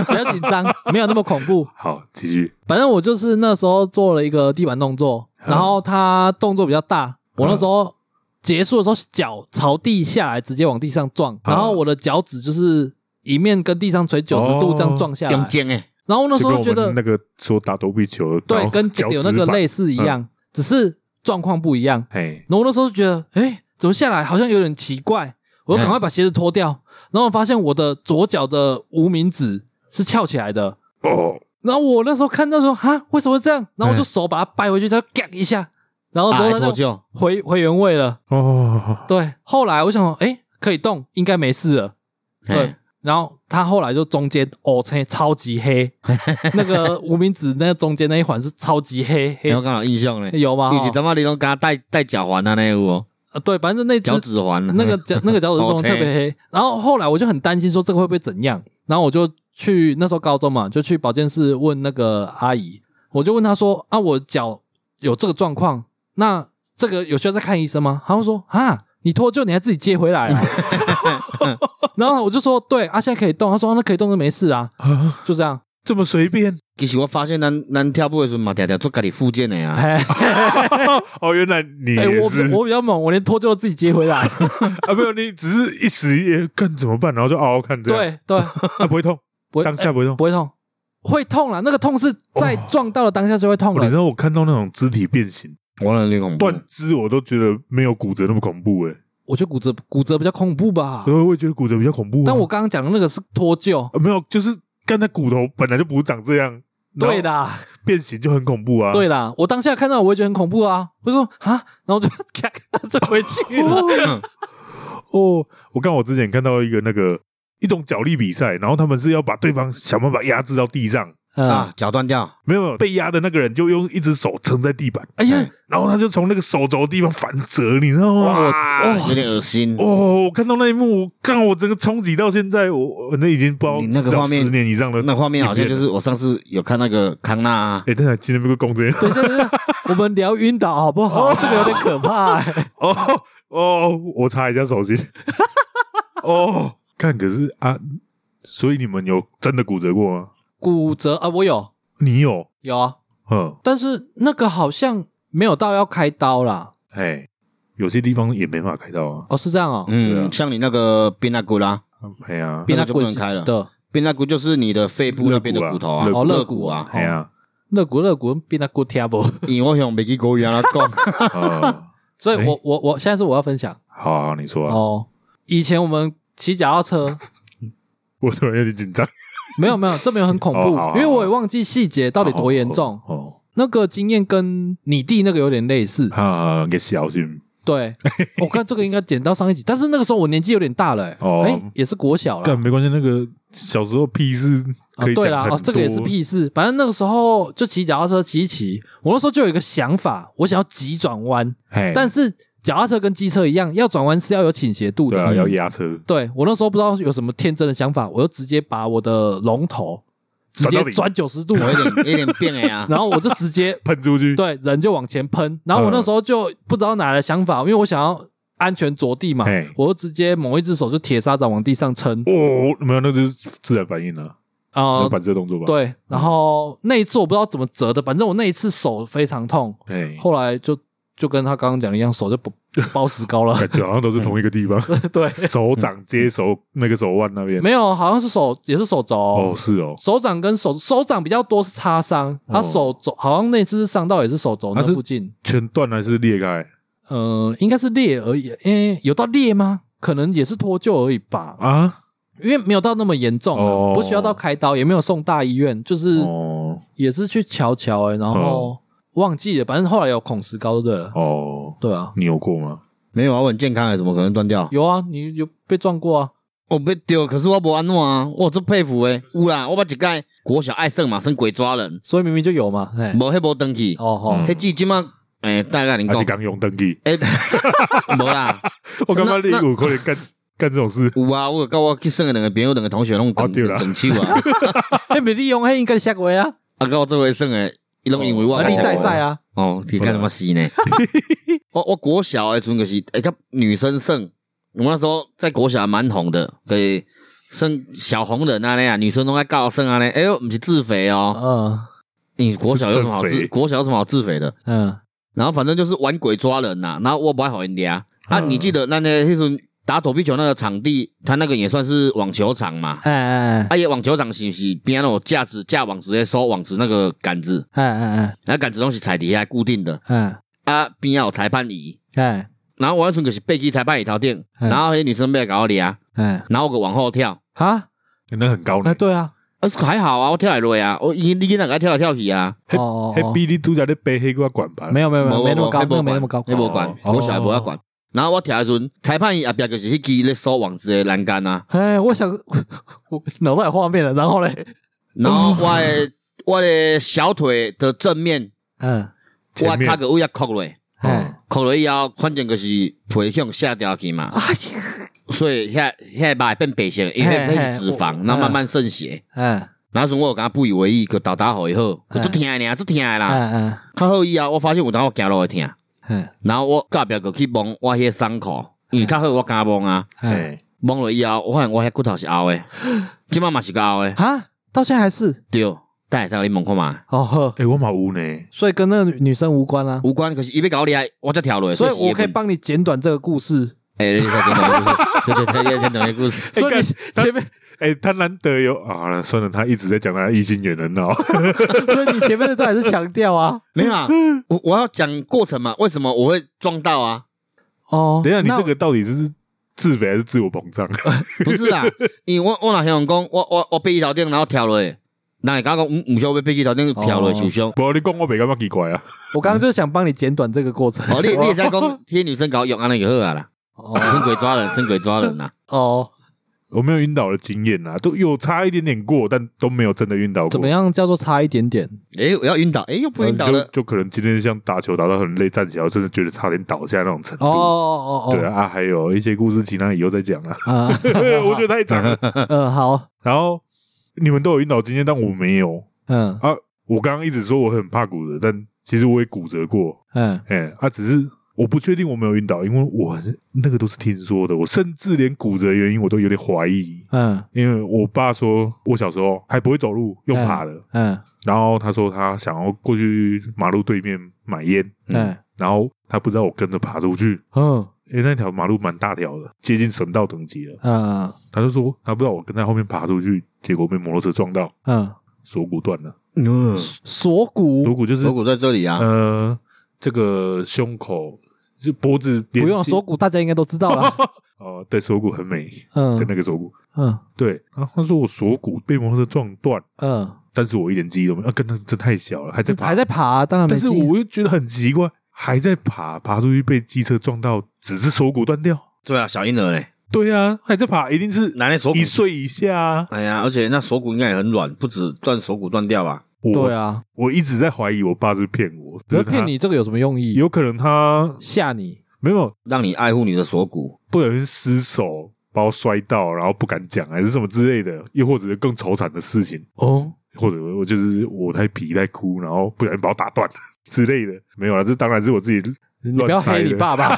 S2: 不要紧张，没有那么恐怖。
S3: 好，继续。
S2: 反正我就是那时候做了一个地板动作，
S3: 嗯
S2: 然后他动作比较大，我那时候结束的时候脚朝地下来，直接往地上
S3: 嗯
S2: 撞，然后我的脚趾就是一面跟地上垂九十度这样撞下来
S3: 哦
S1: 用，肩诶，
S2: 然后那时
S3: 就
S2: 候
S3: 跟
S2: 觉
S3: 我
S2: 得
S3: 们那个说打躲避球，然
S2: 对
S3: 后，
S2: 跟
S3: 脚
S2: 有那
S3: 趾嗯
S2: 个
S3: 板
S2: 类，似一样，只是状况不一样。
S3: 嘿，
S2: 然后我那时候就觉得，哎，怎么下来好像有点奇怪，我就赶快把鞋子脱掉，然后我发现我的左脚的无名指是翘起来的，
S3: 哦，
S2: 然后我那时候看到说哈，为什么会这样？然后我就手把它掰回去，它就嘎一下，然后
S1: 啊，
S2: 之后
S1: 还
S2: 它
S1: 脱
S2: 就
S1: 臼，
S2: 回回原位了。
S3: 哦，
S2: 对，后来我想说，哎，可以动，应该没事了。对
S1: 嘿，，
S2: 然后他后来就中间哦，真的超级黑，那个无名指那个中间那一环是超级黑黑
S1: 你，有刚好印象咧。
S2: 有吗？
S1: 有一
S2: 哦
S1: 阵仔你拢敢戴戴脚环啊，那有哦，
S2: 呃对，反正那只
S1: 脚趾环啊，
S2: 那个脚那个脚趾 中特别黑。然后后来我就很担心说这个会不会怎样，然后我就去那时候高中嘛，就去保健室问那个阿姨，我就问她说啊，我脚有这个状况，那这个有需要再看医生吗？她会说啊。你脱臼，你还自己接回来啊？ 然后我就说，对啊，现在可以动。她说、啊那可以动就没事 啊，
S3: 啊，
S2: 就这样。
S3: 这么随便？
S1: 其实我发现咱咱跳舞的时候嘛，常常做家己附件的啊，
S2: 哎、
S3: 哦，原来你
S2: 哎
S3: 也
S2: 我
S3: 是
S2: 比我比较猛，我连脱臼都自己接回来。
S3: 啊？没有，你只是一时也干怎么办，然后就嗷嗷看这样，
S2: 对哎对，
S3: 啊，不会痛，
S2: 不会
S3: 当下不会痛。
S2: 不会痛，会痛啦。那个痛是在撞到了当下就会嗯痛
S3: 哦我你知
S2: 了。
S3: 道我看到那种肢体变形、
S1: 我能力恐怖。
S3: 断肢，我都觉得没有骨折那么恐怖哎，
S2: 我觉得骨折骨折比较恐怖吧，
S3: 所以我也觉得骨折比较恐怖啊。
S2: 但我刚刚讲的那个是脱臼，
S3: 啊没有，就是刚才骨头本来就不是长这样，
S2: 对
S3: 的，
S2: 啦
S3: 变形就很恐怖啊。
S2: 对啦，我当下看到我会觉得很恐怖啊，我就说啊，然后就 咔就回去 了。
S1: 嗯
S3: 哦，我刚好我之前看到一个那个一种角力比赛，然后他们是要把对方想办法压制到地上，
S1: 啊
S2: 啊，，
S1: 脚断掉，
S3: 没有被压的那个人就用一只手撑在地板，
S2: 哎呀，
S3: 然后他就从那个手肘的地方反折，你知道吗？
S1: 哇，
S3: 哇
S1: 有点恶心。
S3: 哦，我看到那一幕，我看我整个冲击到现在，我我那已经不知道
S1: 你那个画面
S3: 十年以上的
S1: 那画面好像就
S3: 影片
S1: 是我上次有看那个康纳啊，
S3: 了，哎，但是今天不是公这样
S2: 等一下，等一下，我们聊晕倒好不
S1: 哦
S2: 好？这个有点可怕 欸。
S3: 哦哦，我擦一下 手心，哦，看可是啊，所以你们有真的骨折过吗？
S2: 骨折啊，我有
S3: 你有，
S2: 有啊，
S3: 嗯，
S2: 但是那个好像没有到要开刀啦。
S3: 哎，有些地方也没办法开刀
S1: 嗯
S3: 啊，
S2: 哦，是这样哦。
S1: 嗯，像你那个边那骨啦，
S3: 哎呀，
S2: 比
S1: 那
S2: 那
S1: 个就不
S2: 贵
S1: 能开了
S2: 的
S1: 变那骨就是你的肺部那边的骨头啊，
S3: 肋
S2: 骨啊
S1: 肋
S2: 肋
S1: 骨
S2: 骨
S1: 啊
S2: 啊，
S3: 哎呀，
S2: 肋骨肋骨比那骨贴不？
S1: 因为我想没去国语啊，讲
S3: 哦，
S2: 所以
S3: 哎
S2: 我我我现在是我要分享
S3: 好啊，你说啊，
S2: 哦。以前我们骑脚踏车，
S3: 我突然有点紧张，
S2: 没有没有，这没有很恐
S3: 哦
S2: 怖
S3: 好好，好
S2: 因为我也忘记细节到底多严重。
S3: 哦，
S2: 那个经验跟你弟那个有点类似，
S3: 啊，给小心
S2: 对，我看这个应该剪到上一集，但是那个时候我年纪有点大了、欸，
S3: 哦
S2: 哎、也是国小了
S3: 干，没关系，那个小时候屁事
S2: 啊
S3: 可以，
S2: 对
S3: 讲
S2: 啦，
S3: 很
S2: 哦，这个也是
S3: 多
S2: 屁事，反正那个时候就骑脚踏车骑一骑，我那时候就有一个想法，我想要急转弯，
S3: 嘿
S2: 但是脚踏车跟机车一样，要转弯是要有倾斜度
S3: 对
S2: 的，嗯
S3: 啊，要压车，
S2: 对我那时候不知道有什么天真的想法，我就直接把我的龙头直
S3: 转
S2: 接
S3: 到底
S2: 转九十度，
S1: 我有点有点变哎啊，
S2: 然后我就直接
S3: 喷出 去，
S2: 对，人就往前喷。然后我那时候就不知道哪来的想法，因为我想要安全着地嘛
S3: 嗯嘿，
S2: 我就直接某一只手就铁砂掌往地上撑
S3: 哦，没有，那就是自然反应了，
S2: 啊
S3: 那。反射动作吧，，
S2: 对，然后那一次我不知道怎么折的，反正我那一次手非常痛，
S3: 哎，
S2: 后来就就跟他刚刚讲的一样，手就 不包石膏 了。
S3: 感觉好像都是同一个地 方，
S2: 对，
S3: 手掌接手那个手腕那边，
S2: 没有，好像是手也是手肘，
S3: 哦，是哦，
S2: 手掌跟手手掌比较多是擦伤，他、
S3: 哦
S2: 手肘好像那次是伤到也是手肘那
S3: 啊是
S2: 附近，
S3: 全断还是裂开
S2: 呃，应该是裂而已，诶、有到裂吗？可能也是脱臼而已吧，
S3: 啊？
S2: 因为没有到那么严重、啊，
S3: 哦
S2: 不需要到开刀，也没有送大医院，就是
S3: 哦
S2: 也是去瞧瞧、欸，然后
S3: 哦
S2: 忘记了，反正后来有孔石膏对了，
S3: 哦，
S2: 对啊，
S3: 你有过吗？
S1: 没有啊，我很健康哎，怎么可能断掉？
S2: 有啊，你有被撞过啊？
S1: 我被丢，可是我不安怎啊，我真佩服诶，有啦，我把一盖国小爱胜嘛，生鬼抓人，
S2: 所以明明就有嘛，哎、
S1: 无迄无登去，
S2: 哦哦，
S1: 迄季即马诶，大概你
S3: 还
S1: 讲
S3: 是，刚用登记？
S1: 诶，无啦，
S3: 我刚刚
S1: 那
S3: 练有可能干干这种事，
S1: 有啊，我有跟我去耍的两个朋友，两个同学拢
S3: 哦
S1: 登
S3: 对啦
S1: 登手啊，
S2: 哎、没利用，哎、应该下回啊，
S1: 啊，跟我做伙耍诶，伊
S3: 哦
S1: 拢因为我
S2: 啊，你带赛啊，
S1: 哦，你看他妈死呢！
S3: 哦
S1: 我我国小诶阵就是会甲哎女生耍，我那时候在国小还蛮红的，可以耍小红人啊那样，女生拢爱搞耍啊那，哎呦，毋是自肥
S2: 嗯、
S1: 哦，你国小有什么好
S3: 是正
S1: 自
S3: 肥
S1: 国小有什么好自肥的？
S2: 嗯，
S1: 然后反正就是玩鬼抓人呐、然后我不爱好人家啊，
S3: 嗯
S1: 你记得那那那时候打躲避球那个场地，他那个也算是网球场嘛，
S2: 哎哎
S1: 啊，也网球场是不是边那种架子架网直接收网子那个杆子，
S2: 哎哎
S1: 那杆子东西踩底下固定的
S2: 哎
S1: 啊，边要有裁判椅。
S2: 哎
S1: 然后我那时候就是背起裁判椅头顶，
S2: 嗯
S1: 然后那女生被搞到啊，
S2: 哎，
S1: 然后我就往后跳，
S2: 啊，
S3: 那很高
S2: 哎
S3: 呢。
S2: 对啊，
S1: 啊还好啊，我跳来落啊，我你你哪个跳来跳去啊？
S2: 哦哦
S3: 黑
S2: 哦，
S3: 比你拄则咧背黑瓜管吧？
S2: 没有没有没有没那么高，
S1: 没
S2: 那个没那么高，
S1: 没无管
S3: 哦，
S1: 国小也无要管。然后我跳的时阵，裁判椅后壁就是迄支咧收网子的栏杆啊。
S2: 哎，我想 我脑袋有画面了，然后嘞，
S1: 然
S2: 哦
S1: 后我的我的小腿的正面，
S2: 嗯，
S1: 我
S3: 前面
S1: 卡个位啊扣落，
S2: 哎，
S1: 扣落以后，反正就是皮向下掉去嘛，
S2: 哎，
S1: 所以遐遐肉会变白色，因为
S2: 嘿
S1: 那是脂肪，
S2: 嘿
S1: 然后慢慢渗血。
S2: 哎，
S1: 然后时候我有跟他不以为意，个倒打好以后，就
S2: 嘿
S1: 疼的呢，就疼
S3: 啊
S1: 的啦。
S2: 哎
S1: 较好以后，我发现有当我行路会疼，
S2: 哎，
S1: 然后我隔壁个去摸我迄个伤口，因为较好我敢摸啊，
S2: 哎，
S3: 哎，
S1: 摸了以后，我发现我遐骨头是凹的，即摆嘛是个凹的，
S2: 啊，到现在还是
S1: 对，等下再给你摸看嘛。
S2: 哦呵，
S3: 哎，我嘛有呢，
S2: 所以跟那个女女生无关啦，
S1: 无关，可是伊要搞你，我才跳落。
S2: 所以我可以
S1: 帮。
S2: 帮你简短这个故 事。
S1: 哎，你才讲的故事， 对对对，你才讲的故事。
S2: 所以你
S3: 干
S2: 前面，
S3: 哎，他难得有啊，好了，算了，他一直在讲他的异性缘哦很好，
S2: 所以你前面的都还是强调啊。
S1: 没有啊，我我要讲过程嘛，为什么我会撞到啊？
S2: 哦，
S3: 等一下，你
S2: 那
S3: 这个到底是自肥还是自我膨胀？
S1: 不是啦，因为我我哪想讲，我我我被一头顶然后跳落，那你刚讲嗯唔唔晓要被一头顶
S2: 哦
S1: 跳落受伤。
S3: 不，你讲我没感觉奇怪啊？
S2: 我刚刚就是想帮你简短这个过 程。
S1: 哦，你你也在 讲，这些女生搞用安那个好啊啦，
S2: 哦
S1: 生鬼抓人，生鬼抓人啊呐。
S2: 哦，
S3: 我没有晕倒的经验啊，都有差一点点过，但都没有真的晕倒过。
S2: 怎么样叫做差一点 点？
S1: 哎，我要晕倒，哎，又不
S3: 然
S1: 晕
S3: 后你
S1: 倒了
S3: 就，就可能今天像打球打到很累，站起来我真的觉得差点倒下那种程度。
S2: 哦哦哦哦，
S3: 对啊，啊还有一些故事，其他以后再讲啊。
S2: 啊，
S3: 我觉得太长了。
S2: 嗯好，
S3: 然后你们都有晕倒经验，但我没有
S2: 嗯
S3: 啊。我刚刚一直说我很怕骨折，但其实我也骨折过。
S2: 嗯
S3: 哎、啊，只是我不确定我没有晕倒，因为我是那个都是听说的。我甚至连骨折的原因我都有点怀疑，
S2: 嗯
S3: 因为我爸说我小时候还不会走路，用爬的。
S2: 嗯
S3: 然后他说他想要过去马路对面买烟，
S2: 嗯
S3: 然后他不知道我跟着爬出去，
S2: 嗯，
S3: 诶、那条马路蛮大条的，接近省道等级了。
S2: 嗯
S3: 他就说他不知道我跟在后面爬出去，结果被摩托车撞到，
S2: 嗯，
S3: 锁骨断了。
S1: 嗯，
S2: 锁
S3: 锁
S2: 骨
S3: 骨就是
S1: 锁骨在这里
S2: 嗯
S1: 啊，
S3: 呃，这个胸口就脖子
S2: 不
S3: 连
S2: 用
S3: 接
S2: 锁骨，大家应该都知道 了。
S3: 哦，对，锁骨很美的
S2: 嗯
S3: 那个锁骨。
S2: 嗯
S3: 对，然后他说我锁骨被摩托车撞断，
S2: 嗯，
S3: 但是我一点记忆都没有，啊，跟他真太小了，还在
S2: 这
S3: 爬，
S2: 还在爬，当然没
S3: 但是
S2: 劲。
S3: 我又觉得很奇怪，还在爬，爬出去被机车撞到，只是锁骨断掉。
S1: 对啊，小婴儿嘞，
S3: 对啊，还在爬，一定是
S1: 拿来锁骨
S3: 一，岁以下啊。
S1: 哎呀，而且那锁骨应该也很软，不止断锁骨断掉吧？
S3: 我
S2: 对啊，
S3: 我一直在怀疑我爸是骗我，
S2: 可
S3: 就是是他
S2: 骗，你这个有什么用意？
S3: 有可能他
S2: 吓你？
S3: 没有
S1: 让你爱护你的锁骨，
S3: 不小心失手把我摔到，然后不敢讲，还是什么之类的，又或者是更愁惨的事情，
S2: 哦，
S3: 或者我就是我太皮太哭，然后不小心把我打断之类的，没有啦，这当然是我自己。
S2: 你不要
S3: 乱猜
S2: 黑你
S3: 的
S2: 爸爸。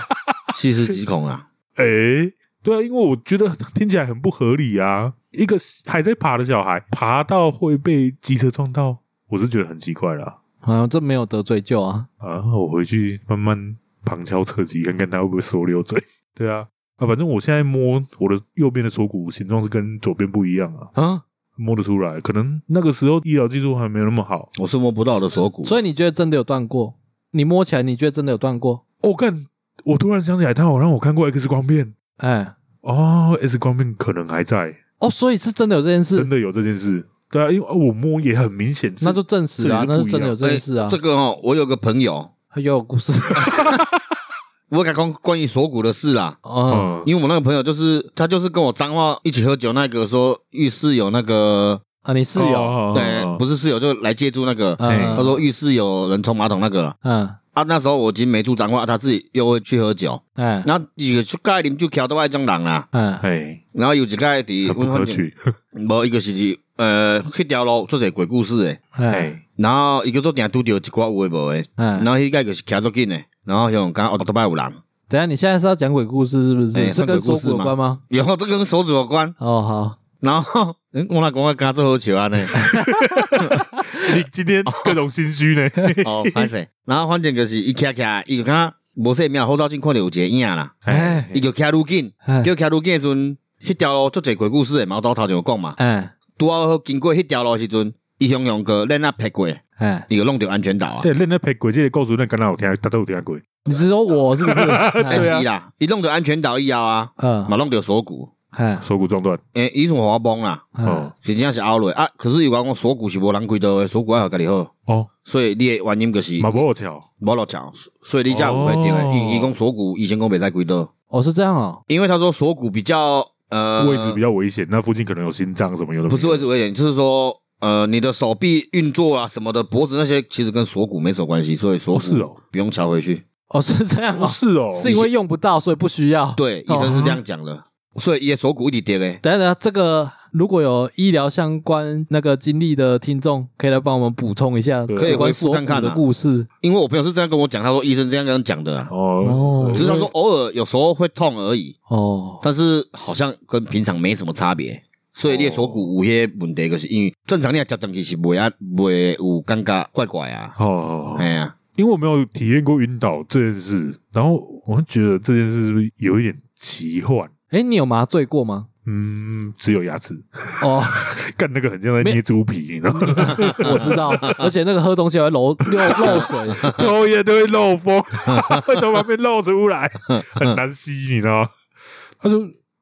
S1: 细思极恐啊！
S3: 诶、对啊，因为我觉得听起来很不合理啊，一个还在爬的小孩爬到会被机车撞到，我是觉得很奇怪啦。
S2: 啊，这没有得罪就啊，
S3: 啊，我回去慢慢旁敲侧击，看看他会不会说溜嘴。对啊，啊，反正我现在摸我的右边的锁骨形状是跟左边不一样啊，
S2: 啊，
S3: 摸得出来。可能那个时候医疗技术还没有那么好。
S1: 我是摸不到我的锁骨，
S2: 所以你觉得真的有断过？你摸起来，你觉得真的有断过？
S3: 我、哦、干，我突然想起来，他好让我看过 X 光片
S2: 哎，
S3: 哦，X 光片可能还在，
S2: 哦，所以是真的有这件
S3: 真
S2: 事，
S3: 的有这件事。对啊，因为我摸也很明显是，
S2: 那就证实啊，
S3: 这
S2: 那
S3: 也
S2: 就
S3: 是不一样
S2: 真的有这件事啊
S1: 哎这，个哦，我有个朋友，
S2: 又有故事。
S1: 我敢讲关于锁骨的事啊，
S2: 嗯
S3: 嗯，
S1: 因为我那个朋友就是他就是跟我脏话一起喝酒那个说浴室有那个
S2: 啊，你室友，
S3: 哦
S1: 对，不是室友就来借住那个，
S2: 嗯
S3: 哎
S1: 他说浴室有人冲马桶那个
S2: 嗯，
S1: 啊，那时候我已经没住脏话，啊他自己又会去喝酒，
S2: 哎，
S1: 然后有出街啉酒桥都爱种人啦，
S2: 哎，
S3: 哎，
S1: 然后有一届伫
S3: 很不可，取，
S1: 无一个是呃迄条路做者鬼故事诶，
S2: 哎，
S1: 然后伊叫做定拄着一寡有诶无诶，然
S2: 哎，
S1: 后迄届就是徛足紧诶，然后像刚后头摆哦有人，
S2: 等一下你现在是要讲鬼故事是不是？
S1: 哎
S2: 这
S1: 算鬼
S2: 跟锁
S1: 故事
S2: 骨有关吗？
S1: 然后这跟手指有关。
S2: 哦，好，
S1: 然后， 嗯我那讲我敢做好笑安啊尼，
S3: 你今天各种心虚 呢？
S1: 哦，歹势。然后反正就是伊徛徛，伊就看无说命，后照镜看着有一个影啦，
S2: 哎，
S1: 伊就徛愈紧，
S2: 哎
S1: 叫徛愈紧的时阵，迄条路足侪鬼故事的，毛刀头就有讲嘛，
S2: 哎，
S1: 拄好经过迄条路的时阵，伊向阳哥咱啊劈过，伊
S2: 哎，
S1: 就弄着安全岛啊，
S3: 对，恁那陪鬼这个故事，咱敢若有听，大家有听过？
S2: 你是说我是不是？
S1: 但
S2: 哎
S1: 是伊啦，伊弄着安全岛以后啊，嘛
S2: 嗯，
S1: 弄着锁骨，
S2: 哎，
S3: 锁骨撞断，
S1: 诶，伊从我崩啦，
S2: 嗯，
S3: 哦
S1: 真正是凹落啊，可是伊讲讲锁骨是无人开刀的，锁骨爱互家己好，
S3: 哦，
S1: 所以你的原因就是
S3: 马博巧，
S1: 无落桥，所以你才有会定
S3: 哦
S1: 诶。伊伊讲锁骨以前讲袂使几刀，
S2: 哦，是这样哦，
S1: 因为他说锁骨比较呃
S3: 位置比较危险，那附近可能有心脏什么有的，
S1: 不是位置危险，就是说呃你的手臂运作啊什么的，脖子那些其实跟锁骨没什么关系，所以锁
S3: 哦是
S1: 骨
S3: 哦
S1: 不用敲回去。
S2: 哦，是这样
S3: 不
S2: 哦，
S3: 是哦，
S2: 是因为用不到，所以不需要。
S1: 对，医
S3: 啊
S1: 生是这样讲的，所以伊的锁骨一直欸跌嘞。
S2: 等一下，等一下，这个如果有医疗相关那个经历的听众，可以来帮我们补充一下
S3: 对
S1: 可以
S2: 有关
S1: 回复
S2: 锁
S1: 看
S2: 骨
S1: 看啊
S2: 的故事。
S1: 因为我朋友是这样跟我讲，他说医生这样跟他讲的啊，
S3: 哦
S2: 哦，
S1: 只是他说偶尔有时候会痛而已，
S2: 哦，
S1: 但是好像跟平常没什么差别。所以你的锁骨有些问题，就是因为正常你若接上去是袂啊袂有感觉怪怪啊，
S3: 哦，
S1: 哎呀。
S3: 因为我没有体验过晕倒这件事，然后我觉得这件事是不是有一点奇幻？
S2: 哎，你有麻醉过吗？
S3: 嗯，只有牙齿，
S2: 哦，
S3: 干那个很像在捏猪皮，你知道吗？
S2: 我知道，而且那个喝东西还会漏漏漏水。
S3: 抽烟都会漏风， 会从旁边漏出来，很难吸，你知道吗？他说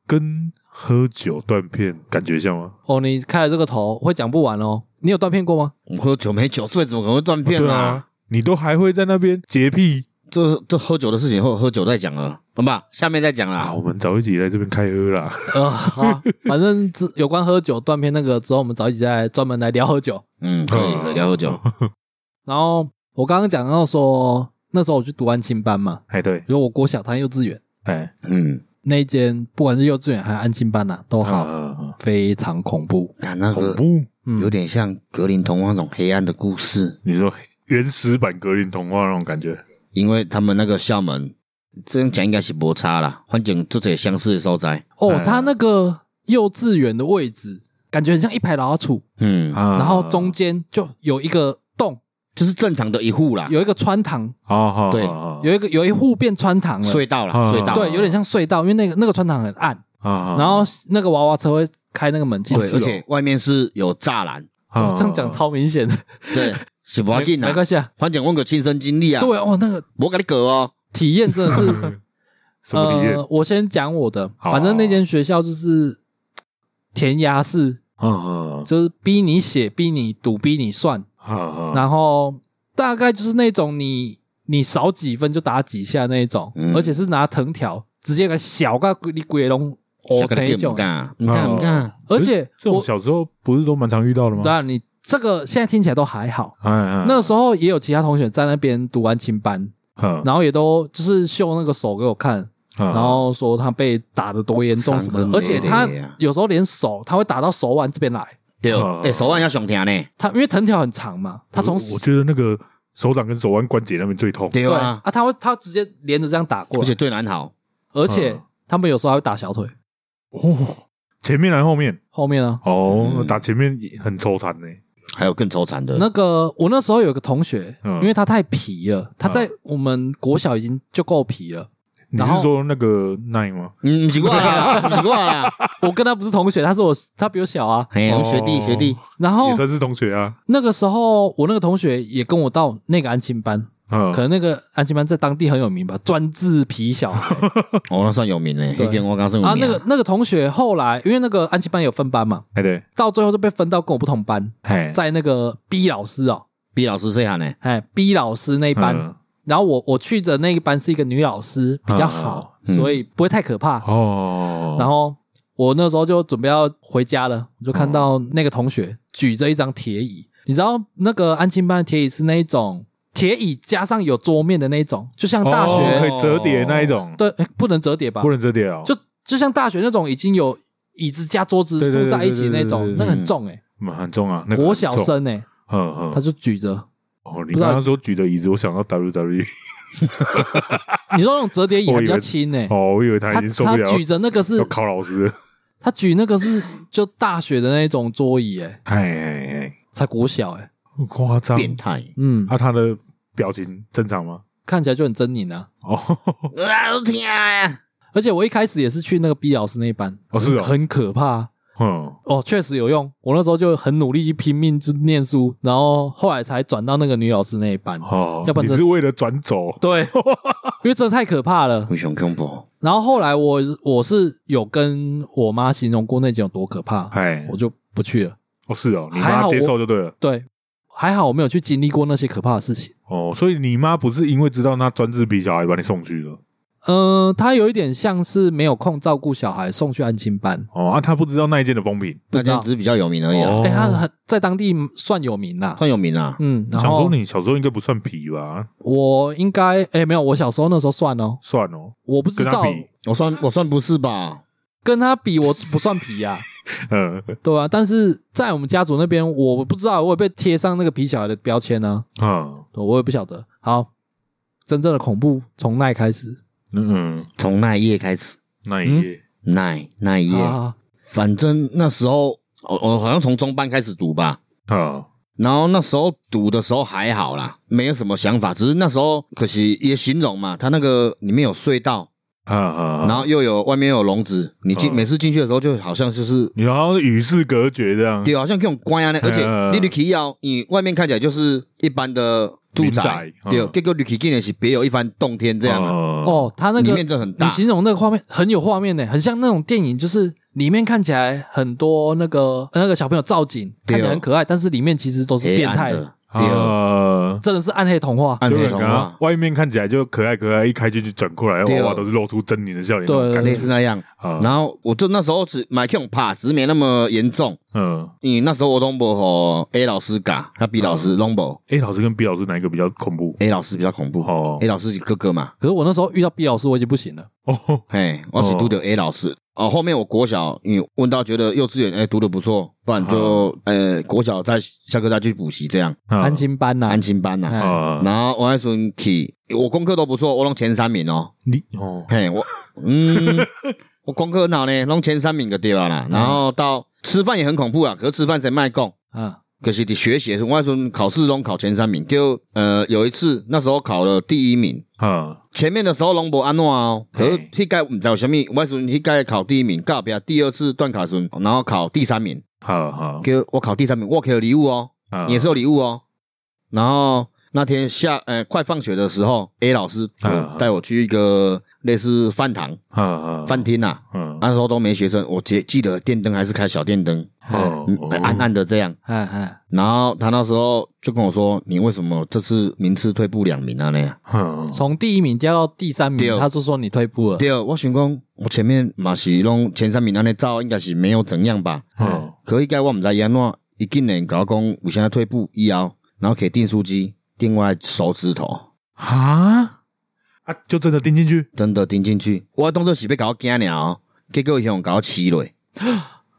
S3: 跟喝酒断片感觉像吗？
S2: 哦，你开了这个头会讲不完哦。你有断片过吗？
S1: 我喝酒没酒醉，怎么可能会断片
S3: 对
S1: 啊？
S3: 啊，你都还会在那边洁癖
S1: 这这喝酒的事情，后喝酒再讲了，好吧？下面再讲
S3: 啊！
S1: 啦。
S3: 我们早一起来这边开喝啦。
S2: 呃，好啊，反正这有关喝酒断片那个之后，我们早一起再来专门来聊喝酒。
S1: 嗯，可以，
S3: 嗯
S1: 可以聊喝 酒。
S2: 然后我刚刚讲到说，那时候我去读安亲班嘛，
S3: 哎，对，
S2: 比如我国小谈幼稚园
S3: 哎，
S1: 嗯，
S2: 那一间，不管是幼稚园还是安亲班呐、都好。
S3: 啊，
S2: 非常恐怖。
S1: 看那
S3: 恐
S1: 个
S3: 怖！
S2: 嗯，
S1: 有点像格林童话那种黑暗的故事，
S3: 你说原始版格林童话那种感觉，
S1: 因为他们那个校门，这样讲应该是摩差啦，反正这些相似的所在。
S2: 哦
S3: 哎，
S2: 他那个幼稚园的位置，感觉很像一排老鼠，
S1: 嗯，
S3: 然
S2: 然后中间就有一个洞，
S1: 就是正常的一户啦，
S2: 有一个穿堂，
S3: 哦，好，
S1: 对
S3: 有
S2: 有一个有一户变穿堂了，
S1: 啊隧道啦，
S3: 啊
S1: 隧道，
S2: 对，有点像隧道，因为那个那个穿堂很暗，
S3: 啊，
S2: 然后那个娃娃车会开那个门进
S1: 对，
S2: 去哦，
S1: 而且外面是有栅栏，
S2: 哦这样讲超明显的，
S1: 对，是不要
S2: 没
S1: 紧
S2: 没
S1: 啊。
S2: 关系啊，
S1: 反正我有亲身经历啊，
S2: 对哦，那个
S1: 我给你搞哦，
S2: 体验真 的是
S3: 什么体验？
S2: 呃、我先讲我的，
S3: 好
S2: 反正那间学校就是填鸭式，
S3: 嗯嗯
S2: 就是逼你写、逼你读、逼你算，
S3: 嗯，
S2: 然后大概就是那种你你少几分就打几下那一种，
S1: 嗯
S2: 而且是拿藤条直接给小个你鬼龙
S1: 我
S2: 哦
S1: 给
S2: 成
S1: 你哦
S2: 一
S1: 给
S2: 种
S1: 唔，干，唔干唔干，
S2: 而且
S3: 这种
S2: 我
S3: 小时候不是都蛮常遇到的吗？
S2: 当然你这个现在听起来都还好。
S3: 哎哎，
S2: 那时候也有其他同学在那边读完琴班，
S3: 嗯，
S2: 然后也都就是秀那个手给我看，
S3: 然
S2: 然后说他被打的多严重什么
S1: 伤痕
S2: 的，嗯而且他
S1: 累累啊
S2: 有时候连手他会打到手腕这边来，
S1: 对
S3: 哦，
S1: 哎，手腕要上疼呢，
S2: 他因为藤条很长嘛，他从
S3: 我我觉得那个手掌跟手腕关节那边最痛。
S1: 对
S2: 对
S1: 啊
S2: 啊，，他会他直接连着这样打过
S1: 而
S2: 来
S1: 且，最难好，
S2: 而且
S3: 嗯
S2: 他们有时候还会打小腿，
S3: 哦，前面来后面
S2: 后面呢，
S3: 哦，
S1: 嗯
S3: 打前面也很抽残呢。
S1: 还有更愁惨的，
S2: 那个我那时候有个同学，
S3: 嗯
S2: 因为他太皮了，他在我们国小已经就够皮了，
S3: 你
S2: 然后
S3: 是说那个奈吗？
S1: 嗯，不是我啦，
S2: 啊
S1: 不是我啦，
S2: 我跟他不是同学，他是我他比我小啊，
S1: 哎，我们学弟
S3: 哦
S1: 学弟，
S2: 然后
S3: 也算是同学啊。
S2: 那个时候我那个同学也跟我到那个安亲班，
S3: 嗯
S2: 可，能那个安亲班在当地很有名吧，专治皮小孩。
S1: 哦，那算有名嘞，
S2: 对
S1: 一间我刚是有名
S2: 啊，那个那个同学后来，因为那个安琪班有分班嘛，
S3: 哎对，
S2: 到最后就被分到跟我不同班，
S3: 哎，
S2: 在那个 B 老师哦，
S1: 毕老师谁喊呢？
S2: 哎，B 老师那一班，
S3: 嗯
S2: 然后我我去的那一班是一个女老师，比较好，
S1: 嗯
S2: 所以不会太可怕。
S3: 哦，
S2: 然后我那时候就准备要回家了，我就看到那个同学举着一张铁椅，你知道那个安亲班的铁椅是那一种铁椅加上有桌面的那一种，就像大
S3: 哦
S2: 学、
S3: 可以折叠那一种，
S2: 对、哎不能折叠吧？
S3: 不能折叠哦，
S2: 就就像大学那种已经有椅子加桌子
S3: 对对
S2: 附
S3: 对
S2: 在一起那
S3: 对对对
S2: 种，那个很重哎、
S3: 嗯很重啊。那个
S2: 国
S3: 很
S2: 小
S3: 重，
S2: 生哎、
S3: 嗯嗯，
S2: 他就举着，
S3: 哦，你
S2: 不知道
S3: 刚刚说举着椅子，我想到 E WWE，
S2: 你说那种折叠椅还比较轻哎、
S3: 哦，我以为他
S2: 他
S3: 已经受不
S2: 他
S3: 了，
S2: 举着那个
S3: 要
S2: 是，
S3: 考老师了。
S2: 他举那个是就大学的那种桌椅哎、
S3: 哎哎哎，
S2: 才国小哎、
S3: 很夸张。
S1: 变态，
S2: 嗯，
S3: 啊，他的表情正常吗？
S2: 看起来就很狰狞啊。
S3: 哦，
S1: 啊，我天啊！
S2: 而且我一开始也是去那个 B 老师那一班，
S3: 哦是哦
S2: 很可怕
S3: 嗯，
S2: 哦，确实有用。我那时候就很努力拼命去念书，然后后来才转到那个女老师那一班。
S3: 哦，
S2: 要不然
S3: 你
S2: 这
S3: 是为了转走，
S2: 对，因为真的太可怕 了。
S1: 非常恐怖，
S2: 然后后来我我是有跟我妈形容过那间有多可怕，
S3: 哎
S2: 我，就不去了。
S3: 哦是哦，你
S2: 还
S3: 妈
S2: 好
S3: 接
S2: 我
S3: 受就对了。
S2: 对，还好我没有去经历过那些可怕的事情。
S3: 哦，所以你妈不是因为知道那专制皮小孩把你送去了，
S2: 嗯，她有一点像是没有空照顾小孩，送去安亲班。
S3: 哦啊，她不知道那一件的风评，
S1: 那间只是比较有名而已啊，
S3: 哦
S2: 哎、她很在当地算有名啦。
S1: 算有名啊。
S2: 嗯，
S3: 想
S2: 然
S3: 说
S2: 后
S3: 你小时候应该不算皮吧？
S2: 我应该哎、没有，我小时候那时候算哦，
S3: 算哦，
S2: 我不知
S3: 跟她
S2: 道
S3: 比，
S1: 我算我算不是吧？
S2: 跟她比我不算皮呀、
S3: 嗯
S2: 对啊，但是在我们家族那边，我不知道我也被贴上那个皮小孩的标签啊呢、
S3: 嗯
S2: 哦我也不晓得。好，真正的恐怖从那开始。
S3: 嗯，
S1: 从那一页开始，
S3: 那一页，
S1: 那那一页，
S2: 啊，
S1: 反正那时候我我好像从中班开始读吧。
S3: 嗯
S1: 然后那时候读的时候还好啦，没有什么想法，只是那时候可惜也形容嘛，它那个里面有隧道，
S3: 嗯嗯，
S1: 然后又有外面又有笼子，你进、
S3: 嗯
S1: 每次进去的时候就好像就是
S3: 你好像是与世隔绝这样，
S1: 对，好像这种关啊呢，而且
S3: 嗯
S1: 你入去要你外面看起来就是一般的住
S3: 民
S1: 宅
S3: 宅，嗯
S1: 对，结果入去竟然是别有一番洞天这样啊，
S3: 哦，
S2: 哦，他那
S1: 里
S2: 个
S1: 面真的很
S2: 你
S1: 大，
S2: 形容那个画面很有画面呢，很像那种电影，就是里面看起来很多那个那个小朋友造景，
S1: 对哦
S2: 看起来很可爱，但是里面其实都是
S1: 黑
S2: 变
S1: 暗
S2: 态，
S1: 的，哦对，
S3: 呃，
S2: 真的是暗黑童话。
S1: 暗
S3: 就
S1: 黑
S3: 很
S1: 童
S3: 刚刚
S1: 话，
S3: 外面看起来就可爱可爱，一开机就转过来，
S1: 对哦
S3: 哇哇都是露出狰狞的笑脸，
S2: 对
S1: 类似那样。
S3: 啊，
S1: 然后我就那时候只买 Q 怕，只是没那么严重。
S3: 嗯，
S1: 你那时候我都不和 A 老师嘎，他 B 老师 l o m b o
S3: 哎，老师跟 B 老师哪一个比较恐怖？
S1: A 老师比较恐怖
S3: 哦
S1: ，A 老师是哥哥嘛，
S2: 可是我那时候遇到毕老师，我已经不行了。
S3: 哦，
S1: 嘿，我只读的 A 老师。哦，后面我国小，你问到觉得幼稚园哎读的不错，不然就呃国小再下课再去补习这样，
S2: 安亲班呐
S1: 嗯安，亲班呐、
S2: 哎
S3: 啊，
S1: 然后我那时候去，我功课都不错，我拢前三名哦。
S3: 你哦，
S1: 嘿，我 嗯，我功课很好呢，拢前三名个对吧啦。然后到吃饭也很恐怖啊，可是吃饭谁卖供？
S2: 啊，
S1: 就是伫学习的时候，我那时候考试中考前三名，就呃有一次那时候考了第一名，
S3: 啊，
S1: 前面的时候拢无安怎哦，可是
S3: 嘿
S1: 迄届毋知有啥物，我那时候迄届考第一名，到后壁第二次段考时候，然后考第三名，
S3: 好好，
S1: 叫我考第三名，我可有礼物哦，
S3: 啊
S1: 也是有礼物哦。然后那天下呃快放学的时候，A 老师
S3: 啊
S1: 带我去一个类似饭堂、
S3: 啊啊，
S1: 饭厅啊，
S3: 嗯
S1: 那时候都没学生，我记记得电灯还是开小电灯，
S3: 哦
S1: 嗯，暗暗的这样。
S2: 哎哎，
S1: 然后他那时候就跟我说：“你为什么这次名次退步两名啊？”那样。
S3: 嗯
S2: 从第一名加到第三
S1: 对哦
S2: 名，他就说你退步了。
S1: 第二，我想讲，我前面嘛是拢前三名安尼走，应该是没有怎样吧。
S3: 嗯
S1: 可迄个我毋知伊安怎，伊竟然甲我讲有啥退步以后，然后给订书机订我的手指头。
S3: 啊啊，就真的钉进去，
S1: 真的钉进去，我当作是要甲我惊了、哦，结果伊向甲我刺 落，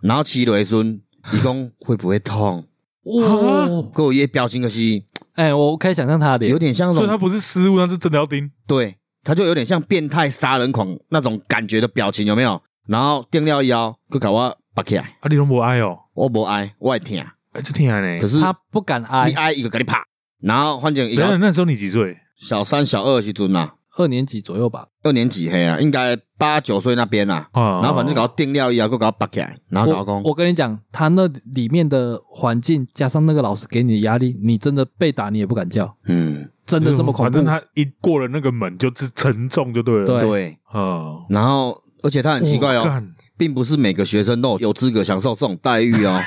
S1: 然后刺落的时阵，伊讲会不会痛？
S2: 哇，
S1: 还有伊的表情就是
S2: 哎，我可以想象他的
S1: 啊有
S2: 脸，
S1: 点像那
S3: 所以它
S1: 种，
S3: 不是失误，那是真的要钉。
S1: 对，他就有点像变态杀人狂那种感觉的表情，有没有？然后定了腰，佮甲我拔起来，
S3: 啊，你拢无爱哦，
S1: 我无爱，我会疼，
S3: 哎，这听呢
S1: 可。是
S2: 他不敢挨
S1: 你。啊爱伊个甲你拍，然后反正伊
S3: 等
S1: 个
S3: 等，那时候你几岁？
S1: 小三小二的时阵啊，
S2: 二年级左右吧，
S1: 二年级嘿啊，应该八九岁那边啊，
S3: 啊
S1: 然后反正甲我定了腰，佮甲我拔起来，然后甲我
S2: 我
S1: 讲，
S2: 我跟你讲，他那里面的环境加上那个老师给你的压力，你真的被打你也不敢叫，
S1: 嗯，
S2: 真的这么恐
S3: 反
S2: 怖
S3: 正？他一过了那个门就是沉重就对了。
S2: 对
S1: 对。
S3: 嗯，
S1: 然后，而且他很奇怪
S3: 哦
S1: 哦，
S3: 干
S1: 并不是每个学生都有资格享受这种待遇哦，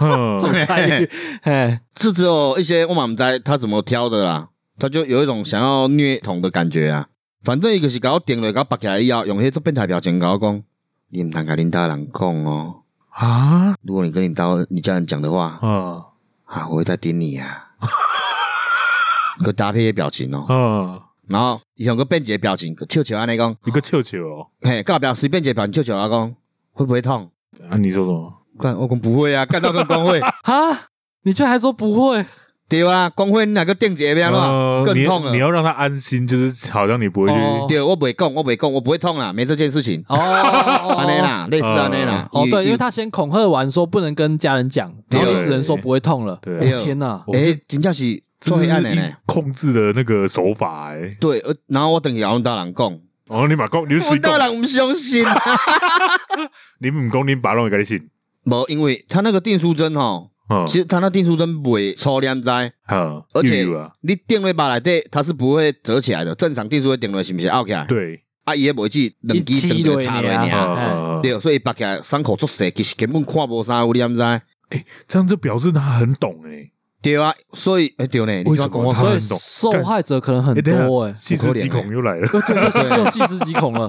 S3: 嗯
S2: 哎哎，
S1: 是只有一些我满在他怎么挑的啦，他就有一种想要虐童的感觉啊。反正伊就是甲我定落，甲我拔起来以后，用迄种变态表情甲我讲，你毋通甲恁大人讲哦。
S3: 啊
S1: 如果你跟你到你家人讲的话，
S3: 嗯
S1: 啊，我会再顶你啊。 佮搭配迄表情哦，
S3: 嗯，
S1: 然后伊用个变节表情，佮笑笑安尼讲，
S3: 一个球球哦。
S1: 嘿，告表随便一个表情笑笑啊讲，会不会痛？
S3: 啊，你说什么？
S1: 干我讲不会啊，干到跟工会。
S2: 哈，你居然还说不会？
S1: 对啊，工会你哪个定节变
S3: 呃
S1: 了，更
S3: 你
S1: 痛
S3: 你
S1: 了。
S3: 要让他安心，就是好像你不会去。
S2: 哦
S1: 对，我不会讲，我不会讲，我不会痛啦，没这件事情。
S2: 哦哦
S1: 安尼啦，类似安尼啦。
S2: 哦，对，
S1: 伊
S2: 因为他先恐吓完说不能跟家人讲，然后你只能说不会痛了。
S3: 对
S1: 对
S3: 啊，
S1: 哦
S2: 天哪！
S3: 我
S1: 诶，真正是
S3: 这
S1: 最暗的
S3: 是一
S1: 呢。
S3: 控制的那个手法哎。
S1: 对，呃然后我等下阮大人讲，
S3: 然后你把公，你就
S1: 阮
S3: 水
S1: 大人唔相 信啊。
S3: 你唔公，你把弄给你信。
S1: 无，因为他那个订书针吼，
S3: 嗯
S1: 其实他那订书针袂抽两在，
S3: 嗯，
S1: 而且
S3: 玉乳啊，
S1: 你定位把内底它是不会折起来的，正常订书会定位是不是凹起来？
S3: 对，
S1: 啊，伊也袂去两支
S2: 一
S1: 长
S2: 支
S1: 长插落
S2: 下
S1: 尔。
S2: 哎
S3: 嗯
S1: 对，所以拔起来伤口作细，其实根本看无啥有你毋知。
S3: 这样就表示他很懂哎。
S1: 对啊，所以哎对呢，你
S3: 为什么
S1: 跟我
S3: 他
S1: 说
S2: 所以
S3: 很懂
S2: 受害者可能很
S3: 诶等一下
S2: 多哎，
S3: 细思极恐又来了。
S2: 对对对，又细思极恐了。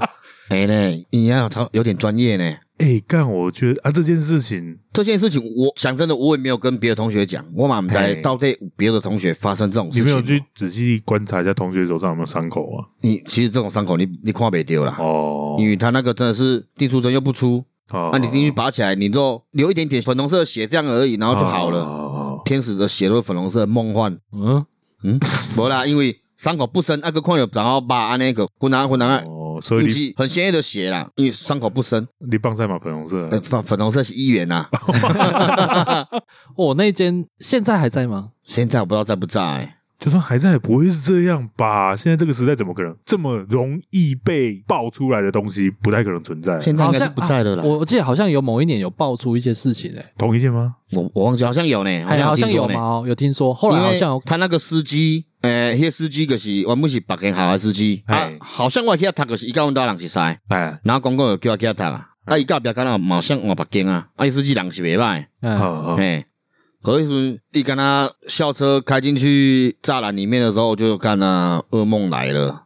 S1: 哎呢，你要他有点专业呢。
S3: 哎，干，我觉得啊，这件事情
S1: 这件事情我讲真的，我也没有跟别的同学讲，我嘛不知
S3: 嘿
S1: 到底有别的同学发生这种事情。
S3: 你
S1: 哦
S3: 没有去，仔细观察一下同学手上有没有伤口啊？
S1: 你其实这种伤口你你看不丢啦，
S3: 哦，
S1: 因为他那个真的是地出针又不出，啊
S3: 哦
S1: 那你进去拔起来，你就留一点点粉红色的血这样而已，然
S3: 哦
S1: 后就好了。
S3: 了。
S1: 天使的血都是粉红色，梦幻。
S2: 嗯，
S1: 嗯，无啦，因为伤口不深，那个看有然后疤安那个昏啊昏啊，
S3: 哦，所以
S1: 运
S3: 你
S1: 气很鲜艳的血啦，因为伤口不深，
S3: 你棒赛嘛粉红色啊
S1: 呃，
S2: 嗯
S1: 粉粉红色是一元啊 呐、
S2: 我哦那间现在还在吗？
S1: 现在我不知道在不在、欸。
S3: 就算还在，也不会是这样吧？现在这个时代怎么可能这么容易被爆出来的东西，不太可能存在。
S1: 现在应该是不在的啦。
S2: 啊我我记得好像有某一年有爆出一些事情哎，
S3: 同意见吗？
S1: 我我忘记好像有呢，
S2: 哎好像有
S1: 嘛。
S2: 吗？有听说，后来好像
S1: 因为
S2: 有
S1: 他那个司机，诶、迄司机就是原本是北京校的司机，啊
S3: 嘿，
S1: 好像我去读就是伊甲阮兜人是识，
S3: 哎，
S1: 然后公公有叫我去读啊，啊，伊到壁敢若嘛像换北京啊，啊，伊司机人是袂歹，
S2: 哎
S3: 好，
S1: 嘿。可是时候伊敢若校车开进去栅栏里面的时候，我就看啊，噩梦来了。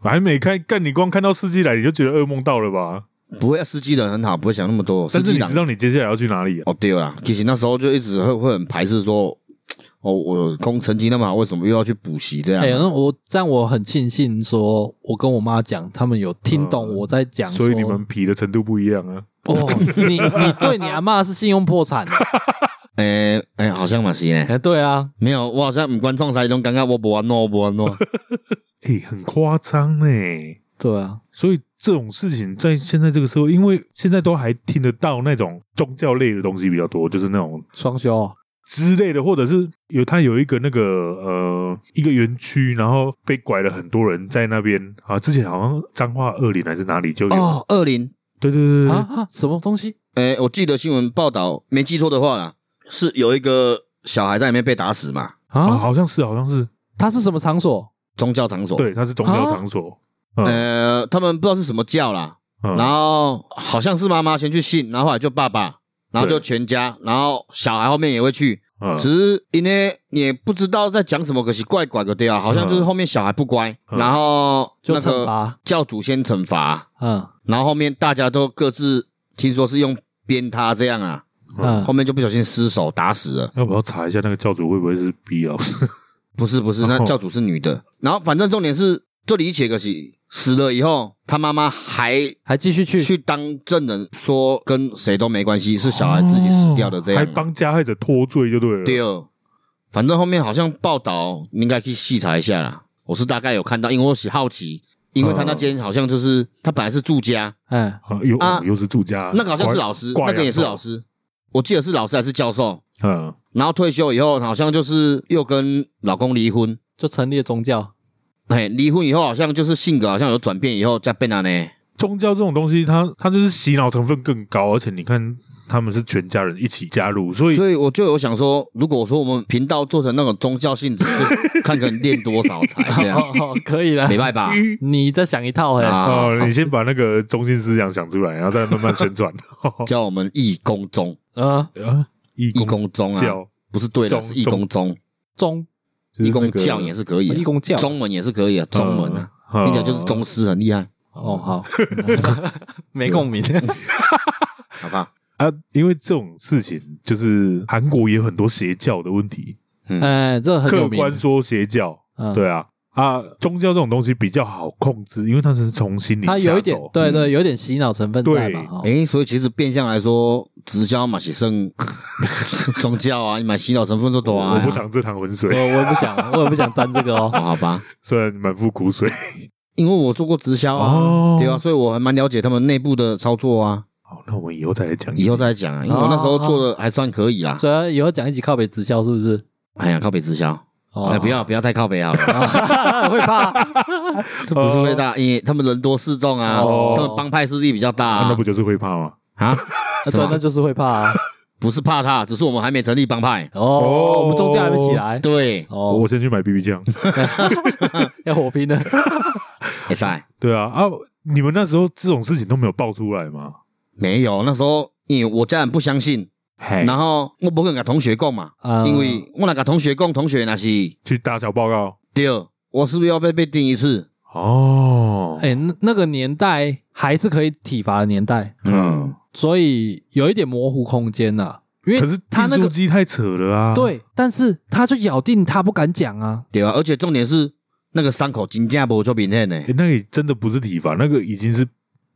S3: 还没看，干你光看到司机来，你就觉得呃噩梦到了吧？
S1: 不会，啊司机人很好，不会想那么多。
S3: 嗯但
S1: 司
S3: 是你
S1: 机人
S3: 知道你接下来要去哪里啊？
S1: 哦，对啦，其实那时候就一直会会很排斥说，哦，我功成绩那么好，为什么又要去补习这样？
S2: 哎，那我这样我很庆幸，说我跟我妈讲，他们有听懂我在讲说，
S3: 所以你们皮的程度不一样啊。
S2: 哦，你你对你阿妈是信用破 产，
S1: 诶诶、哎好像嘛是呢，
S2: 哎，对啊，
S1: 没有，我好像唔管创啥，拢感觉我无安诺，无安 诺。
S3: 哎，很夸张呢。
S2: 对啊，
S3: 所以这种事情在现在这个社会，因为现在都还听得到那种宗教类的东西比较多，就是那种
S2: 双休哦，
S3: 之类的，或者是有他有一个那个呃一个园区，然后被拐了很多人在那边啊，之前好像彰化二林还是哪里就有，
S1: 哦，二零，
S3: 对对对对对
S2: 啊，啊，什么东西？
S1: 哎，我记得新闻报道没记错的话啦，是有一个小孩在里面被打死嘛，
S3: 啊，
S2: 啊，
S3: 好像是好像是，
S2: 它是什么场所？
S1: 宗教场所，
S3: 对，它是宗教
S2: 啊
S3: 场所，嗯
S1: 呃，他们不知道是什么教啦，
S3: 嗯
S1: 然后好像是妈妈先去信，然后后来就爸爸，然后就
S3: 对
S1: 全家，然后小孩后面也会去，
S3: 嗯
S1: 只是因为也不知道在讲什么，可是怪怪的对啊，好像就是后面小孩不乖，
S3: 嗯
S1: 然后
S2: 就
S1: 那
S2: 惩
S1: 个
S2: 罚，
S1: 教主先惩罚，
S2: 嗯
S1: 然后后面大家都各自听说是用鞭挞这样啊，后
S3: 哦
S2: 嗯，
S1: 面就不小心失手打死了。
S3: 要不要查一下那个教主会不会是 B 啊老师？
S1: 不是不是，
S3: 然
S1: 那
S3: 后
S1: 教主是女的。然后反正重点是，这里写个是死了以后，他妈妈还
S2: 还继续去
S1: 去当证人，说跟谁都没关系，是小孩自己死掉的这样
S3: 哦还。帮加害者脱罪就对了。
S1: 第二，反正后面好像报道，你应该去细查一下啦。我是大概有看到，因为我是好奇，因为他那间好像就是他本来是住家，
S2: 哎，
S3: 啊，又
S1: 啊
S3: 哦又是住家，啊
S1: 那个好像是老师，
S3: 挂
S1: 那个也是老。
S3: 挂羊
S1: 师，我记得是老师还是教授。
S3: 头嗯，
S1: 然后退休以后，好像就是又跟老公离婚，
S2: 就成立了宗教，
S1: 哎，离婚以后好像就是性格好像有转变，以后再变了呢。
S3: 宗教这种东西，它它就是洗脑成分更高，而且你看他们是全家人一起加入，所以
S1: 所以我就有想说，如果我说我们频道做成那种宗教 性质，就看看练多少才这样，
S2: 哦哦，可以了
S1: 没。办法
S2: 你在想一套哎，
S1: 啊，
S3: 嗯哦，你先把那个中心思想想出来，然后再慢慢宣传。
S1: 叫我们义工宗，
S2: 嗯，
S3: 啊，义
S1: 义
S3: 工
S1: 工宗啊，
S3: 教，
S1: 不是对的，
S3: 宗
S1: 是义工宗，
S2: 宗
S3: 就是
S1: 义工
S3: 那个
S1: 教也是可以啊，
S2: 义工教
S1: 中文也是可以啊，中文啊，
S3: 嗯
S1: 你讲就是宗师很厉害，
S2: 哦， 好， 没共鸣。
S1: 好吧？
S3: 啊，因为这种事情就是韩国也有很多邪教的问题，
S2: 哎，这很
S3: 客
S2: 有名。
S3: 观说邪教，
S2: 嗯，
S3: 对啊。啊，宗教这种东西比较好控制，因为它是从心里
S2: 它有一点
S3: 下手，
S2: 对对，有一点洗脑成分在吧？哦
S1: 嗯诶，所以其实变相来说，直销嘛，是剩 宗教啊，你买洗脑成分都多啊，
S3: 我不淌这趟
S2: 我
S3: 浑水，
S2: 我也不想，我也不想沾这个
S1: 哦
S2: 哦。
S1: 好吧？
S3: 虽然满腹苦水。
S1: 因为我做过直销啊
S3: 哦，
S1: 对啊，所以我还蛮了解他们内部的操作啊。
S3: 好，那我们以后再来讲一集。
S1: 以后再讲啊，
S3: 哦
S1: 因为我那时候做的还算可以啦。
S2: 所以以后讲一集靠北直销是不是？
S1: 哎呀，靠北直销，
S2: 哦
S1: 哎，不要不要太靠 北好了，
S2: 会怕。
S1: 这不是会
S3: 哦
S1: 大，因为他们人多势众啊，
S2: 哦
S1: 他们帮派势力比较大
S3: 啊，那
S1: 啊
S3: 不，就是会怕吗？
S1: 啊
S2: 啊对，那就是会怕啊。
S1: 不是怕他，只是我们还没成立帮派。
S2: 哦，我们宗教还没起来。
S1: 对，
S2: 哦，
S3: 我先去买 BB 酱。
S2: 要火拼 的。
S1: 哎塞，
S3: 对啊，啊，你们那时候这种事情都没有爆出来吗？
S1: 没有，那时候因为我家人不相信，
S3: 嘿
S1: 然后我不敢跟同学讲嘛，
S3: 啊
S2: 嗯
S1: 因为我那跟同学讲，同学那是
S3: 去打小报告
S1: 对，我是不是要被被定一次？
S3: 哦，
S2: 哎，那那个年代还是可以体罚的年代，
S3: 嗯，
S2: 所以有一点模糊空间呐。因
S3: 可
S2: 为
S3: 是
S2: 他那
S3: 订
S2: 个
S3: 书机太扯了啊，，
S2: 对，但是他就咬定他不敢讲啊。
S1: 对啊，而且重点是那个伤口真正无做明显呢，
S3: 那个真的不是体罚，那个已经是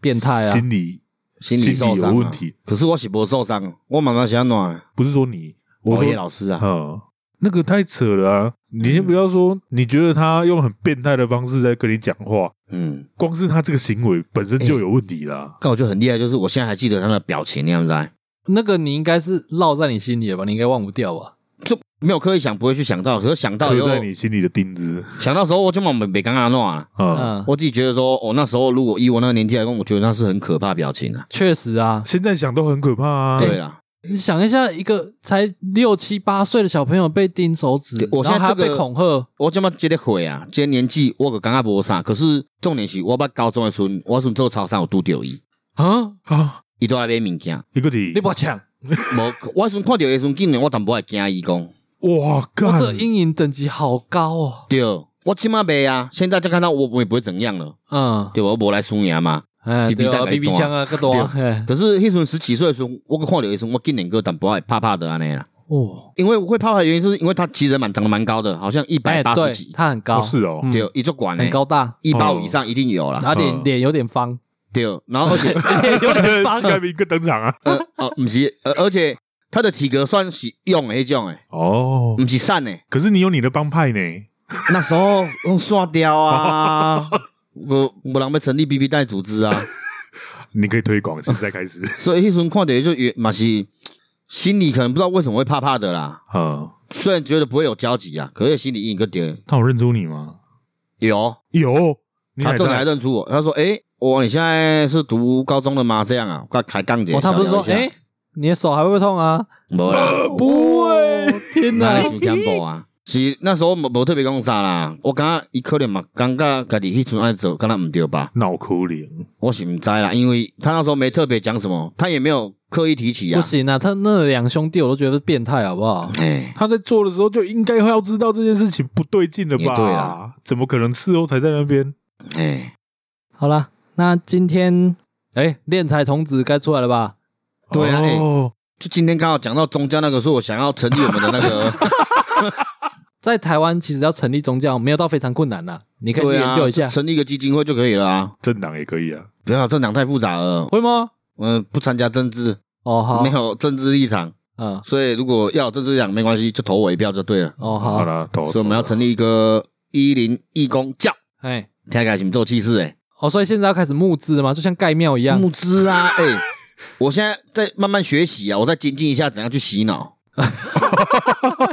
S2: 变态啊
S3: 心理
S1: 心理受伤啊
S3: 有问。题，
S1: 可是我是没受伤，我妈妈是安怎样？
S3: 不是说你，我
S1: 熬
S3: 说
S1: 夜老师啊，
S3: 嗯，那个太扯了啊！你先不要说，你觉得他用很变态的方式在跟你讲话，
S1: 嗯，
S3: 光是他这个行为本身就有问题啦。
S1: 刚我就很厉害，就是我现在还记得他的表情，你知道吗？
S2: 那个你应该是烙在你心里了吧？你应该忘不掉吧？
S1: 就没有刻意想，不会去想到，可是想到以
S3: 刻
S1: 后，
S3: 在你心里的钉子
S1: 想到时候我就嘛没没刚刚弄啊。
S3: 啊！
S2: 嗯，
S1: 我自己觉得说，我、那时候如果以我那个年纪来讲，我觉得那是很可怕的表情啊。
S2: 确实啊，
S3: 现在想都很可怕啊。
S1: 对啊，
S2: 你想一下，一个才六七八岁的小朋友被钉手指
S1: 对，我
S2: 然后
S1: 现在
S2: 还
S1: 这
S2: 要
S1: 个
S2: 被恐吓，
S1: 我这么接得回啊，今天年纪我可刚刚无啥，可是重点是我捌高中的时候，我那时候做操场有拄着伊，
S2: 啊，
S3: 啊，
S1: 伊都来买物件，
S3: 一个题
S2: 你，不抢，
S1: 无我那时候看到伊时候，竟然我淡薄会惊伊讲，
S3: 哇，
S2: 我
S1: 嗯
S3: 干，
S2: 这阴影等级好高哦。
S1: 对，我起码袂啊，现在再看到我我也不会怎样了，
S2: 嗯，
S1: 对吧？我无来输赢嘛。
S2: 哎，对
S1: BB
S2: 啊
S1: 弹还
S2: ，BB
S1: 大
S2: 枪啊，个多啊，嘿
S1: 可是迄阵十几岁的时候，我看到医生，我今年个淡薄仔怕怕的安尼啦。
S2: 哦，
S1: 因为我会怕他的原因，是因为他其实蛮长得蛮高的，好像一百
S2: 哎，
S1: 八
S2: 对
S1: 十几，，
S2: 他很高
S3: 哦，是哦，
S2: 嗯
S1: 对，哎啊呃一座管呢
S2: 很，高大，
S1: 一八五以上一定有
S2: 然
S1: 啦，
S2: 后脸
S3: 嗯
S2: 脸有点方，
S1: 对，然后而且
S2: 有点方
S3: 膝，盖一个登场啊。
S1: 呃哦，不是，呃而且他的体格算是用的那种诶，
S3: 哦，
S1: 不是善诶，
S3: 可是你有你的帮派呢，
S1: 那时候用刷雕啊，我我人要成立 BB 带组织啊，
S3: 你可以推广，现在开始。
S1: 所以迄阵看到就也嘛是心里可能不知道为什么会怕怕的啦。
S3: 呃，
S1: 虽然觉得不会有交集啊，可是心里隐隐个点
S3: 他有认出你吗？
S1: 有。
S3: 有，你
S1: 他
S3: 还
S1: 正
S3: 在
S1: 还认出我，他说：“诶，我你现在是读高中的吗？这样啊，我开杠姐。”
S2: 哦，他不是说，哎、你的手还会不会 痛啊？
S1: 没啦，
S3: 不会
S2: 哦，天
S1: 哪
S2: 哪
S1: 里！想干部啊？是那时候无无特别讲啥啦，我感觉伊可能嘛，感觉家己迄阵爱做，敢若毋对吧？
S3: 脑壳灵，
S1: 我是毋知啦，因为他那时候没特别讲什么，他也没有刻意提起啊
S2: 不。行啊，他那两兄弟我都觉得是变态，好不好？
S1: 哎，
S3: 他在做的时候就应该要知道这件事情不对劲了吧？
S1: 也对啦
S3: 怎么可能事后才在那边？
S1: 哎，
S2: 好啦，那今天哎，炼财童子该出来了吧？
S1: 对啊
S3: 哦，
S1: 就今天刚好讲到宗教那个，是我想要成立我们的那个，
S2: 在台湾其实要成立宗教没有到非常困难啦，你 可以去
S1: 对
S2: 研
S1: 啊
S2: 究一下，，
S1: 成立一个基金会就可以了啊。
S3: 政党也可以啊。
S1: 不要政党太复杂了，
S2: 会吗？
S1: 嗯，不参加政治，
S2: 哦，好，
S1: 没，有政治立场，
S2: 嗯，
S1: 所以如果要有政治立场没关系，就投我一票就对了。
S2: 哦，
S3: 好
S2: 好，
S3: 啦，投
S1: 所以我们要
S3: 投
S1: 成立一个一零义工教，
S2: 哎，
S1: 听起来行做气势哎。
S2: 哦，所以现在要开始募资了吗？就像盖庙一样，
S1: 募资 啊，哎、我现在在慢慢学习啊，我在精进一下怎样去洗 脑。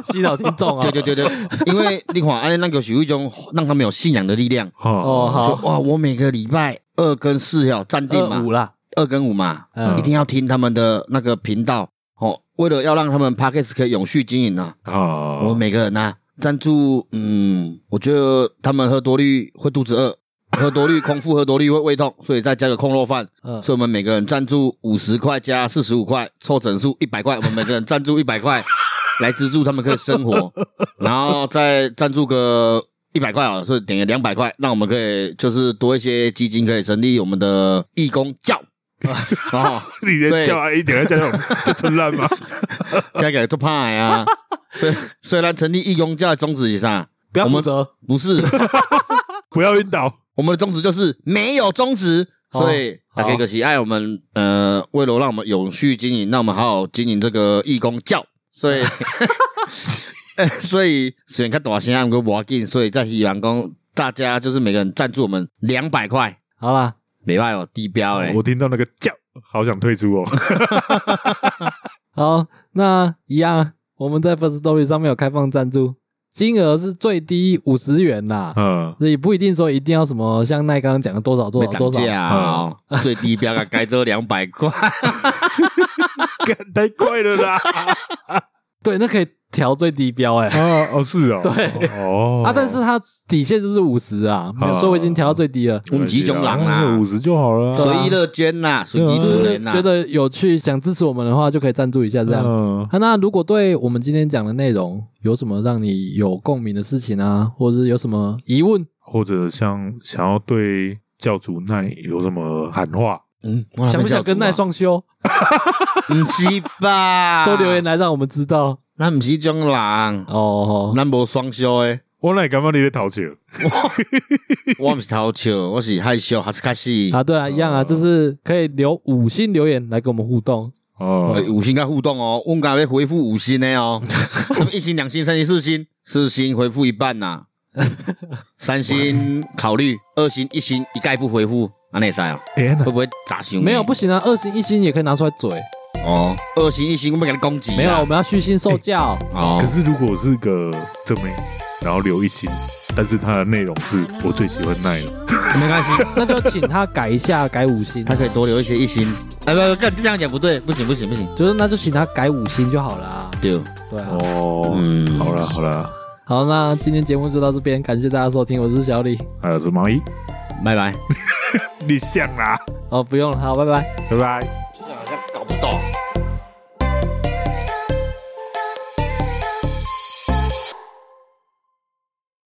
S2: 洗脑听众啊，
S1: 对对对对，因为你看，哎，那个有一种让他们有信仰的力量。
S2: 哦，
S3: 哦，
S1: 就
S2: 好，
S1: 哇，我每个礼拜二跟四要暂定
S2: 二
S1: 嘛
S2: 五，啦，
S1: 二跟五嘛，
S2: 嗯
S1: 一定要听他们的那个频道哦。为了要让他们 p a c k a s e 可以永续经营呢、
S2: 哦
S3: 啊，
S1: 我们每个人呐、赞助，嗯，我觉得他们喝多绿会肚子饿， 喝多绿空腹喝多绿会胃痛，所以再加个空肉饭，
S2: 嗯
S1: 所以我们每个人赞助五十块加四十五块，凑整数一百块，我们每个人赞助一百块来资助他们可以生 活，然后再赞助个一百块啊，是等于两百块，那我们可以就是多一些基金，可以成立我们的义工 教。啊、
S3: 你连
S1: 对
S3: 叫阿姨点下叫 就纯烂吗？
S1: 哦，这个做怕呀、啊，所以虽然成立义工教的宗旨是啥？
S2: 不要
S1: 我
S2: 负
S1: 们
S2: 责，
S1: 不是，
S3: 不要晕倒，
S1: 我们的宗旨就是没有宗旨，
S2: 哦
S1: 所以
S2: 好
S1: 大家可喜爱我们呃，为了让我们永续经营，让我们好好经营这个义工教，所 以，呃所以虽然看大声，不过无要紧，所以在希望讲大家就是每个人赞助我们两百块，
S2: 好啦，
S1: 没办法，哦低标欸嘞
S3: 哦
S2: 哦
S3: 我，听到那个叫，好想退出哦。
S2: 好，那一样，我们在 First Story 上面有开放赞助，金额是最低五十元啦，
S3: 嗯，
S2: 所以不一定说一定要什么，像奈刚刚讲的多少多
S1: 会
S2: 少
S1: 涨
S2: 多少，嗯
S1: 价啊， 最低标啊，该都两百块，
S3: 干太快了啦！
S2: 对，那可以调最低标哎、欸
S3: 啊，哦是哦，
S2: 对
S3: 哦
S2: 啊，但是它底线就是五十啊，没有
S3: 哦
S2: 所以我已经调到最低了，
S1: 我们集中狼啦
S3: 啊五十就好了啊，
S2: 对啊
S1: 随意乐捐呐，随
S3: 对
S1: 机
S3: 啊
S2: 就
S1: 助
S2: 是
S1: 人呐
S2: 觉，得有趣，想支持我们的话就可以赞助一下这样。
S3: 嗯，
S2: 啊，那如果对我们今天讲的内容有什么让你有共鸣的事情啊，或者是有什么疑问，
S3: 或者像想要对教主奈有什么喊话，
S1: 嗯，
S2: 想不想跟奈？双修，
S1: 不是 吧？
S2: 都留言来让我们知道
S1: 咱毋是种人，
S2: 哦。
S1: 咱无双休 诶。
S3: 我奈感觉你在淘气，
S1: 我毋是偷笑，我是害羞，还是开始
S2: 啊，对啊，一样啊，就是可以留五星留言来跟我们互动。
S3: 哦
S1: 呃，五星跟互动哦，阮敢要回复五星的 哦，什么一星、两星、三星、四星，四星回复一半 呐、三星考虑，二星、一星一概不回复，安尼会使 哦？
S3: 哎，那
S1: 会不会打伤？
S2: 没有不行啊，二星一星也可以拿出来嘴。
S1: 哦，二星、一星我们给你攻击啊，
S2: 没有啊，我们要虚心受教。
S1: 哦
S3: 可，是如果是个正妹，然后留一星，但是它的内容是我最喜欢奈了，
S1: 没关系，
S2: 那就请他改一下，改五星。
S1: 他可以多留一些一星。哎，不，不干这样讲不对，不行，不行，不行，
S2: 就是那就请他改五星就好了啊。
S1: 对，
S2: 对啊。
S3: 哦，
S1: 嗯，
S3: 好了好了，
S2: 好，那今天节目就到这边，感谢大家收听，我是小李。
S3: 还有什么？咦，
S1: 拜 拜。
S3: 你像啦，
S2: 哦，不用了，好，拜拜。
S3: 拜拜。
S1: 好像搞不懂。